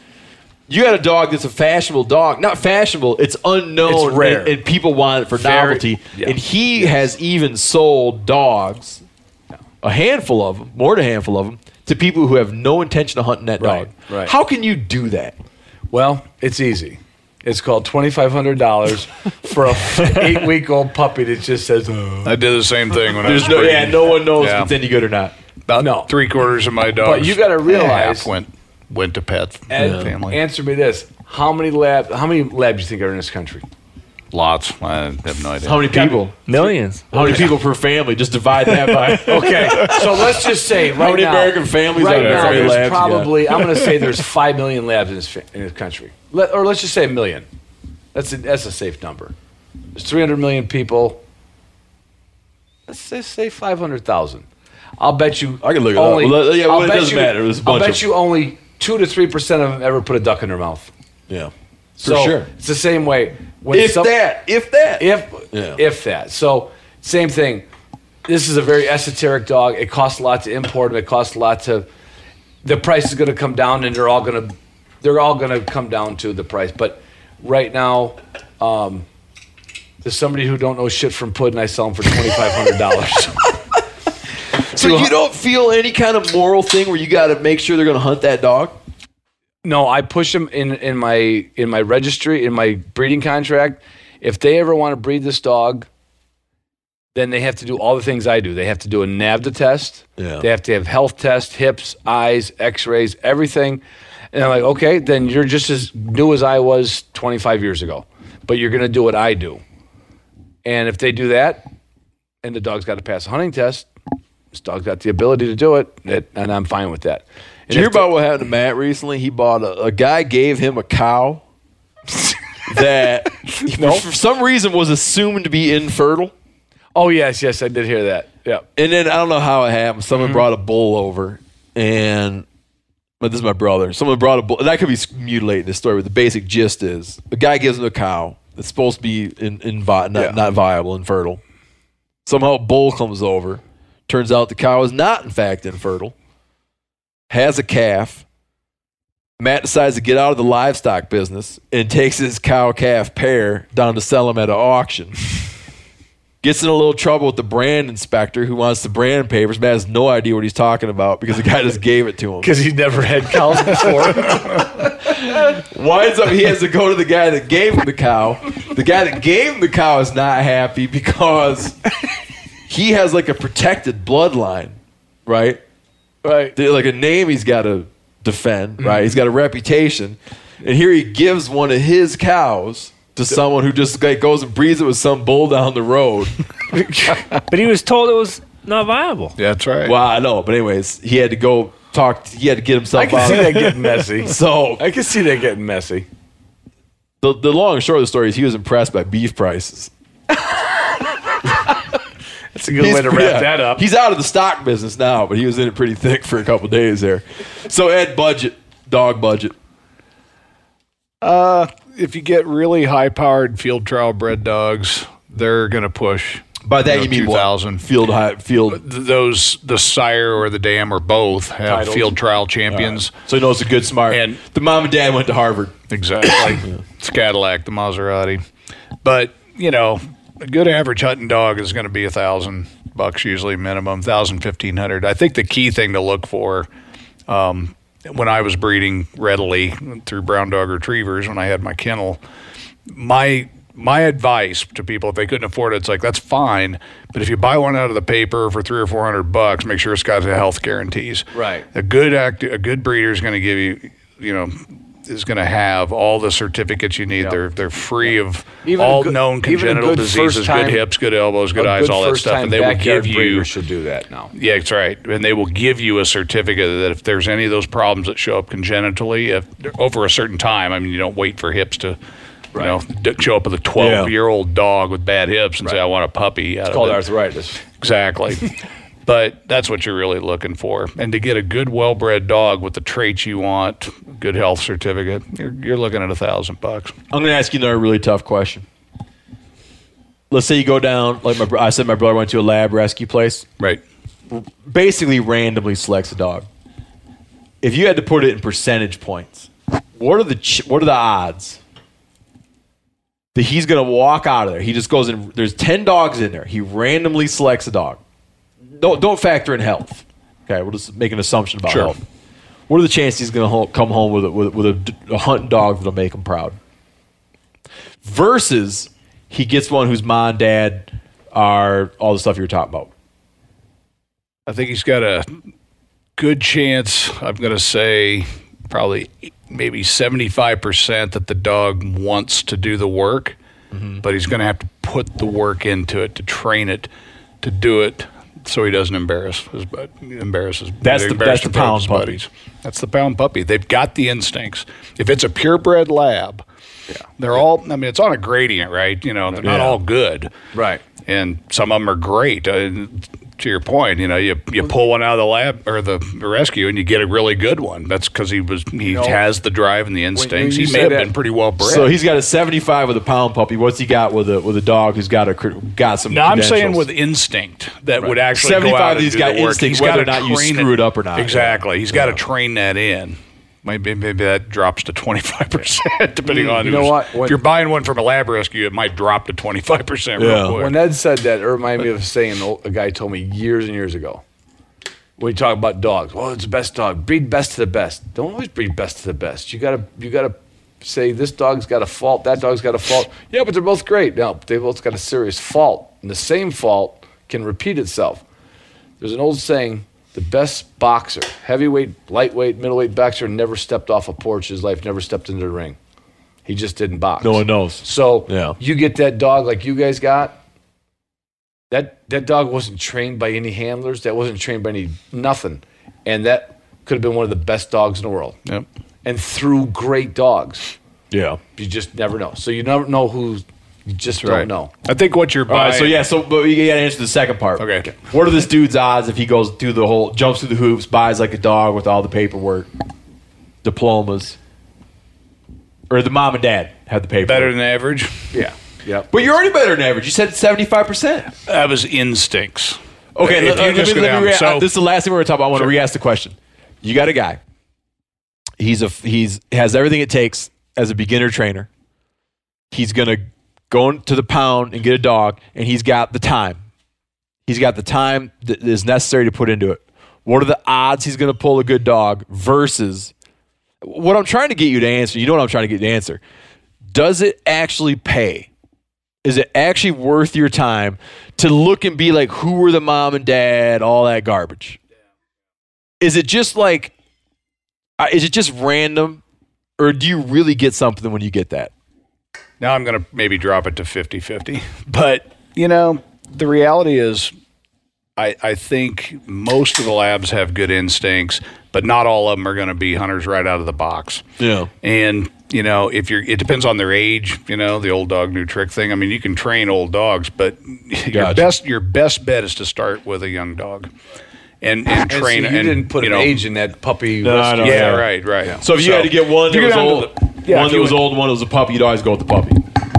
You got a dog that's a fashionable dog. Not fashionable. It's unknown. It's rare. And, and people want it for Very- novelty. yeah. And he has even sold dogs, a handful of them, more than a handful of them, to people who have no intention of hunting that Right, dog. right. How can you do that? Well, it's easy. It's called $2,500 for a eight week old puppy that just says, "Uh." I did the same thing when I There's was no, breeding. yeah, no one knows Yeah. if it's any good or not. About No. three quarters of my dogs. But you gotta realize- half went went to pet And family. Answer me this: How many lab? How many labs do you think are in this country? Lots. I have no idea. How many people? Millions. How many people per family? Just divide that by. Okay, so let's just say right many now, American families right are there? How now, many there's labs you got? probably I'm going to say there's five million labs in this fa- in this country, Let, or let's just say a million. That's a, that's a safe number. There's 300 million people. Let's say, say 500,000. I'll bet you. I can look it up. only, Well, yeah, I'll well, it bet doesn't you- matter. There's a I'll bunch bet of- you only two to three percent of them ever put a duck in their mouth. yeah, for So sure. It's the same way. When If some- that, if that, if Yeah. if that. So same thing. This is a very esoteric dog. It costs a lot to import them. It costs a lot to. The price is going to come down, and they're all going to they're all going to come down to the price. But right now, um, there's somebody who don't know shit from pudding. I sell them for twenty five hundred dollars. So you don't feel any kind of moral thing where you got to make sure they're going to hunt that dog? no, I push them in in my in my registry in my breeding contract. If they ever want to breed this dog, then they have to do all the things I do. They have to do a NAVDA test. Yeah. They have to have health tests, hips, eyes, x-rays, everything. And I'm like, okay, then you're just as new as I was 25 years ago, but you're going to do what I do. And if they do that, and the dog's got to pass a hunting test, this dog's got the ability to do it, that- and I'm fine with that. And Did you hear if the- about what happened to Matt recently? He bought a, a guy gave him a cow that for some reason was assumed to be infertile. oh, yes, yes, I did hear that. Yeah. And then I don't know how it happened. Someone brought a bull over, and but this is my brother. Someone brought a bull, and I could be mutilating this story, but the basic gist is a guy gives him a cow that's supposed to be in, in vi- not, not viable, infertile. Somehow a bull comes over. Turns out the cow is not, in fact, infertile. has a calf. Matt decides to get out of the livestock business and takes his cow calf pair down to sell them at an auction. Gets in a little trouble with the brand inspector who wants the brand papers. Matt has no idea what he's talking about because the guy just gave it to him. because he's never had cows before. winds up he has to go to the guy that gave him the cow. The guy that gave him the cow is not happy because he has like a protected bloodline, right? right. They're Like a name he's got to Mm-hmm. defend, right? He's got a reputation, and here he gives one of his cows to someone who just like goes and breeds it with some bull down the road. But he was told it was not viable. That's right. well, I know, but anyways, he had to go talk. he had to get himself I can out. see that getting messy. So I can see that getting messy. the, the long and short of the story is he was impressed by beef prices. That's a good He's- way to wrap yeah. that up. He's out of the stock business now, but he was in it pretty thick for a couple days there. So Ed budget, dog budget. if you get really high powered field trial bred dogs, they're going to push. By that know, you mean what? 2000. Field high field. Th- Those, the sire or the dam or both have Titles. field trial champions. So he knows a good smart. And- the mom and dad went to Harvard. Exactly. It's Cadillac, the Maserati. But, you know, a good average hunting dog is going to be a thousand bucks usually minimum, thousand fifteen hundred. I think the key thing to look for um, when I was breeding readily through brown dog retrievers when I had my kennel, my my advice to people if they couldn't afford it, it's like that's fine. But if you buy one out of the paper for three or four hundred bucks, make sure it's got the health guarantees. Right. A good act, a good breeder is going to give you, you know, is going to have all the certificates you need. They're they're free of Even a all good- known even a congenital good diseases, first-time- good hips, good elbows, good A eyes, all that first stuff, time and they will backyard give you breeder should do that now. yeah, that's right. And they will give you a certificate that if there's any of those problems that show up congenitally, if over a certain time, I mean, you don't wait for hips to, you know, d- show up with a 12 year old dog with bad hips and say, I want a puppy. Out it's Called arthritis. Exactly. but that's what you're really looking for. And to get a good, well bred dog with the traits you want, good health certificate, you're, you're looking at a thousand bucks. I'm going to ask you another really tough question. Let's say you go down, like my, bro- I said, my brother went to a lab rescue place. Right. basically randomly selects a dog. If you had to put it in percentage points, what are the ch- what are the odds that he's going to walk out of there? He just goes in. There's ten dogs in there. He randomly selects a dog. Don't don't factor in health. Okay, we'll just make an assumption about Sure. health. What are the chances he's going to ho- come home with a, with, a- with a, d- a hunting dog that'll make him proud? Versus he gets one whose mom and dad are all the stuff you were talking about. I think he's got a good chance. I'm going to say probably maybe 75% that the dog wants to do the work, Mm-hmm. but he's going to have to put the work into it to train it to do it so he doesn't embarrass his bud, embarrass his That's the- embarrass that's the his pound puppy. buddies. That's the pound puppy. They've got the instincts. If it's a purebred lab, they're all, I mean, it's on a gradient, right? You know, they're not Yeah. all good Right. and some of them are great. Uh, to your point, you know, you, you pull one out of the lab or the rescue, and you get a really good one. That's because he was he has the drive and the instincts. you He say may have that- been pretty well bred. So he's got a 75 with a pound puppy. What's he got with a with a dog who's got a cr- got some? no, I'm saying credentials? with instinct that would actually 75 go out of and these do got the work. instincts, He's gotta whether or not you train screw it up or not. Exactly, he's got to train that in. Maybe, maybe that drops to 25%, depending on You know who's- what? When- if you're buying one from a lab rescue, it might drop to 25% Yeah. real quick. When Ed said that, it reminded me of a saying the- a guy told me years and years ago. We talk about dogs. Well, it's the best dog. Breed best to the best. Don't always breed best to the best. You gotta you gotta say this dog's got a fault, that dog's got a fault. Yeah, but they're both great. No, but they both got a serious fault. And the same fault can repeat itself. There's an old saying, the best boxer, heavyweight, lightweight, middleweight boxer never stepped off a porch in his life, never stepped into the ring. He just didn't box. no one knows. So Yeah. you get that dog like you guys got. That that dog wasn't trained by any handlers. That wasn't trained by any nothing, and that could have been one of the best dogs in the world. Yep. And through great dogs, Yeah. you just never know. So you never know who. You just don't know. I think what you're All buying. right. So yeah. So but you got to answer the second part. Okay. What are this dude's odds if he goes through the whole jumps through the hoops, buys like a dog with all the paperwork, diplomas, or the mom and dad have the paperwork? better than average. Yeah. Yep. But you're already better than average. You said 75 percent. That was instincts. Okay, let, If you let me, just go let me uh, down, re- so- this is the last thing we're going to talk about. I want to re ask the question. You got a guy. He's a he's has everything it takes as a beginner trainer. He's gonna go into the pound and get a dog, and he's got the time. He's got the time that is necessary to put into it. What are the odds he's gonna pull a good dog versus what I'm trying to get you to answer? You know what I'm trying to get you to answer. Does it actually pay? is it actually worth your time to look and be like who were the mom and dad all that garbage is it just like uh, is it just random or do you really get something when you get that Now I'm going to maybe drop it to 50 50. But, you know, the reality is, I, I think most of the labs have good instincts, but not all of them are going to be hunters right out of the box. yeah And, you know, if you're, it depends on their age, you know, the old dog, new trick thing. I mean, you can train old dogs, but your Gotcha. best, your best bet is to start with a young dog and, and And so train. you and, didn't put you an know, age in that puppy. No, I rescue. don't. Yeah, Yeah. right, right. so if you had to get one that You was get down to old the- yeah, one if that you was went- old one that was a puppy you'd always go with the puppy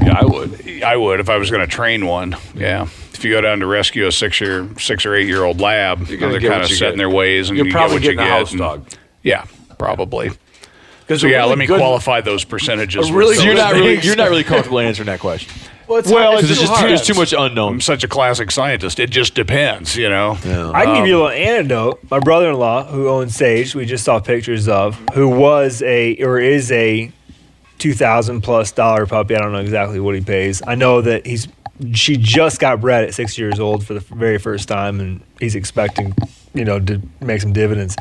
Yeah, I would. I would if I was going to train one. Yeah. If you go down to rescue a six year, six or eight year old lab, gonna they're get kind what of you set get. in their ways, and You're you probably get what getting a you get. house and- dog. Yeah, probably. Because So a yeah, really let me good- qualify those percentages. a with really those so you're not things. really you're not really comfortable answering that question Well, it's, Well, because it's too just too, hard. there's too much unknown I'm such a classic scientist. It just depends, you know. I can give you a little anecdote. My brother-in-law, who owns Sage, we just saw pictures of, who was a or is a two thousand plus dollar puppy. I don't know exactly what he pays. I know that he's she just got bred at six years old for the very first time, and he's expecting, you know, to make some dividends.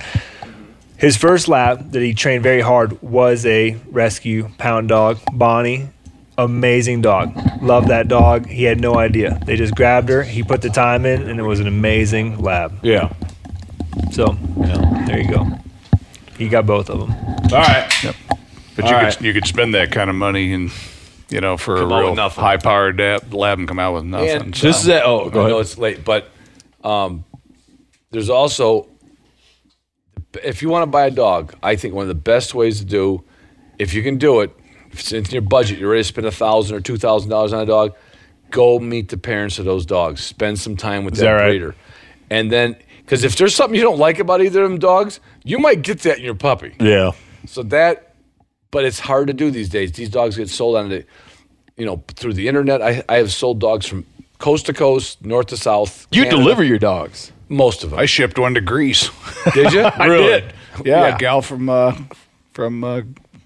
His first lab that he trained very hard was a rescue pound dog, Bonnie. Amazing dog. Love that dog. He had no idea. They just grabbed her. He put the time in, and it was an amazing lab. yeah So there you go. He got both of them. all right But you All could right. you could spend that kind of money and you know for Come out a with real nothing. high powered lab and come out with nothing. And So- this is it oh go I know ahead it's late, but um, there's also if you want to buy a dog, I think one of the best ways to do, if you can do it, if it's in your budget, you're ready to spend a thousand or two thousand dollars on a dog, go meet the parents of those dogs, spend some time with that, that right? breeder, and then because if there's something you don't like about either of them dogs, you might get that in your puppy. yeah So that, but it's hard to do these days. These dogs get sold on the, you know, through the internet. I, I have sold dogs from coast to coast, north to south. you Canada, deliver your dogs most of them. I shipped one to Greece. did you? I did. Yeah, Yeah. a gal from uh, from uh,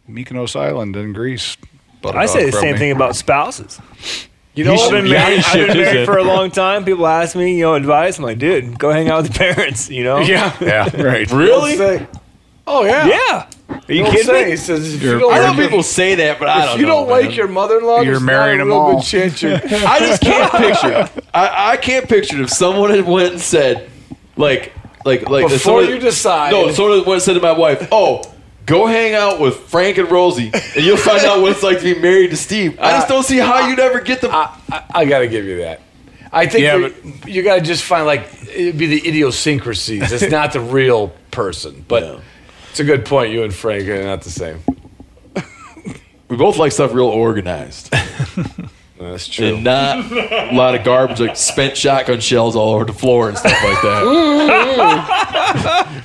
Mykonos Island in Greece. bought a I say dog the from same me. thing about spouses. You know, I've what? been yeah, you married, I've should, is been it? married for a long time. People ask me, you know, advice. I'm like, dude, go hang out with the parents. You know? yeah. Yeah, right. Really? oh yeah. Yeah. Are you He'll say, kidding he me? says, if You're- you don't, I I like know Remember- people say that, but I if don't. you know, don't like man. your mother-in-law, You're there's not marrying a them real all. Good chance you're, I just can't picture. I, I can't picture it if someone had went and said, like, like, like if Before someone- you decide. No, someone went and said to my wife, "Oh, go hang out with Frank and Rosie, and you'll find out what it's like to be married to Steve." I just don't see how you'd ever get the. Uh, I, I, I gotta give you that. I think Yeah, you- you gotta just find like it'd be the idiosyncrasies. It's not the real person, but it's a good point. You and Frank are not the same. we both like stuff real organized Uh, That's true. and not a lot of garbage, like spent shotgun shells all over the floor and stuff like that.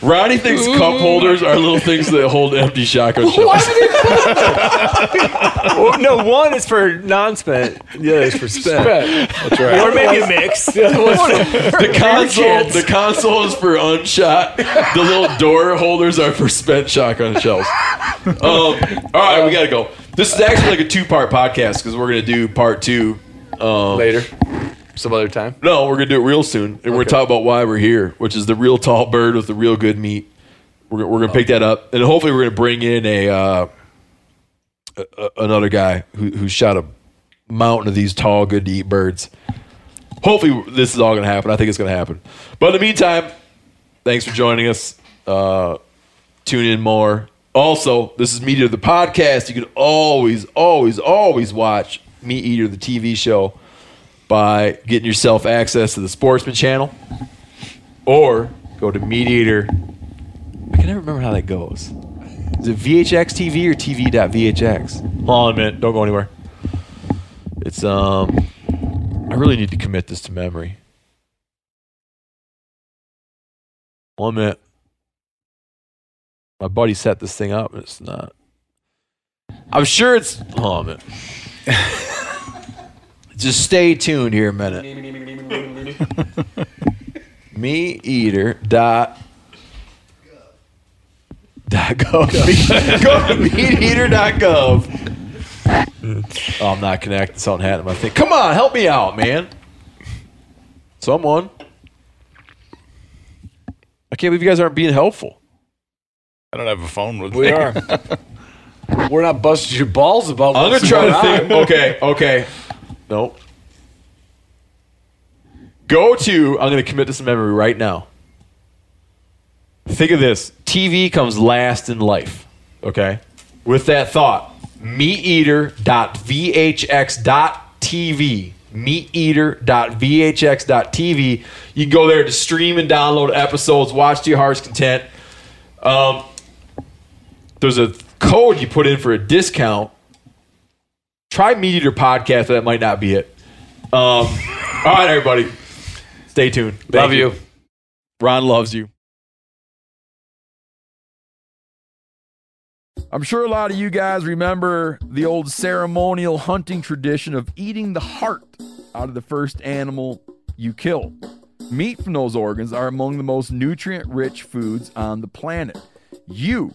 Ronnie thinks cup holders are little things that hold empty shotgun shells. Well, no, one is for non-spent. The other is for spent. That's right. Or maybe a mix. The console, the console is for unshot. The little door holders are for spent shotgun shells. Um, all right, we gotta go. This is actually like a two-part podcast because we're gonna do part two. Um, Later, some other time. No, we're gonna do it real soon, and we're gonna talk about why we're here, which is the real tall bird with the real good meat. We're gonna- we're gonna pick that up, and hopefully, we're gonna bring in a, uh, a- a- another guy who who shot a mountain of these tall, good to eat birds. Hopefully, this is all gonna happen. I think it's gonna happen. But in the meantime, thanks for joining us. Uh, tune in more. Also, this is Meat Eater the podcast. You can always, always, always watch Meat Eater the TV show by getting yourself access to the Sportsman channel or go to Mediator. I can never remember how that goes. Is it VHX TV or TV.VHX? Hold on a minute. Don't go anywhere. It's, um, I really need to commit this to memory. One minute. My buddy set this thing up, and it's not. I'm sure it's. Oh man. Just stay tuned here a minute. MeEater dot. Dot gov. Go to meateater.gov. oh, I'm not connected. Something happened. to my thing. Come on, help me out, man. Someone. I can't believe you guys aren't being helpful. I don't have a phone with We me. are. We're not busting your balls about. I'm gonna what's try to going think. Okay, okay. Nope. Go to. I'm gonna commit this to memory right now. Think of this. TV comes last in life. Okay. With that thought, meateater.vhx.tv. Meateater.vhx.tv. You can go there to stream and download episodes, watch to your heart's content. Um, there's a code you put in for a discount try Meat Eater Podcast, but that might not be it. Um, all right, everybody. Stay tuned. Thank Love you. Ron loves you. I'm sure a lot of you guys remember the old ceremonial hunting tradition of eating the heart out of the first animal you kill. Meat from those organs are among the most nutrient rich foods on the planet. You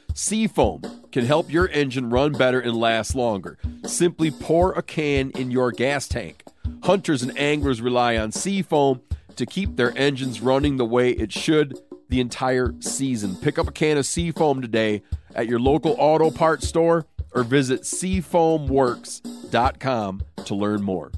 Seafoam can help your engine run better and last longer. Simply pour a can in your gas tank. Hunters and anglers rely on Seafoam to keep their engines running the way it should the entire season. Pick up a can of Seafoam today at your local auto parts store or visit seafoamworks.com to learn more.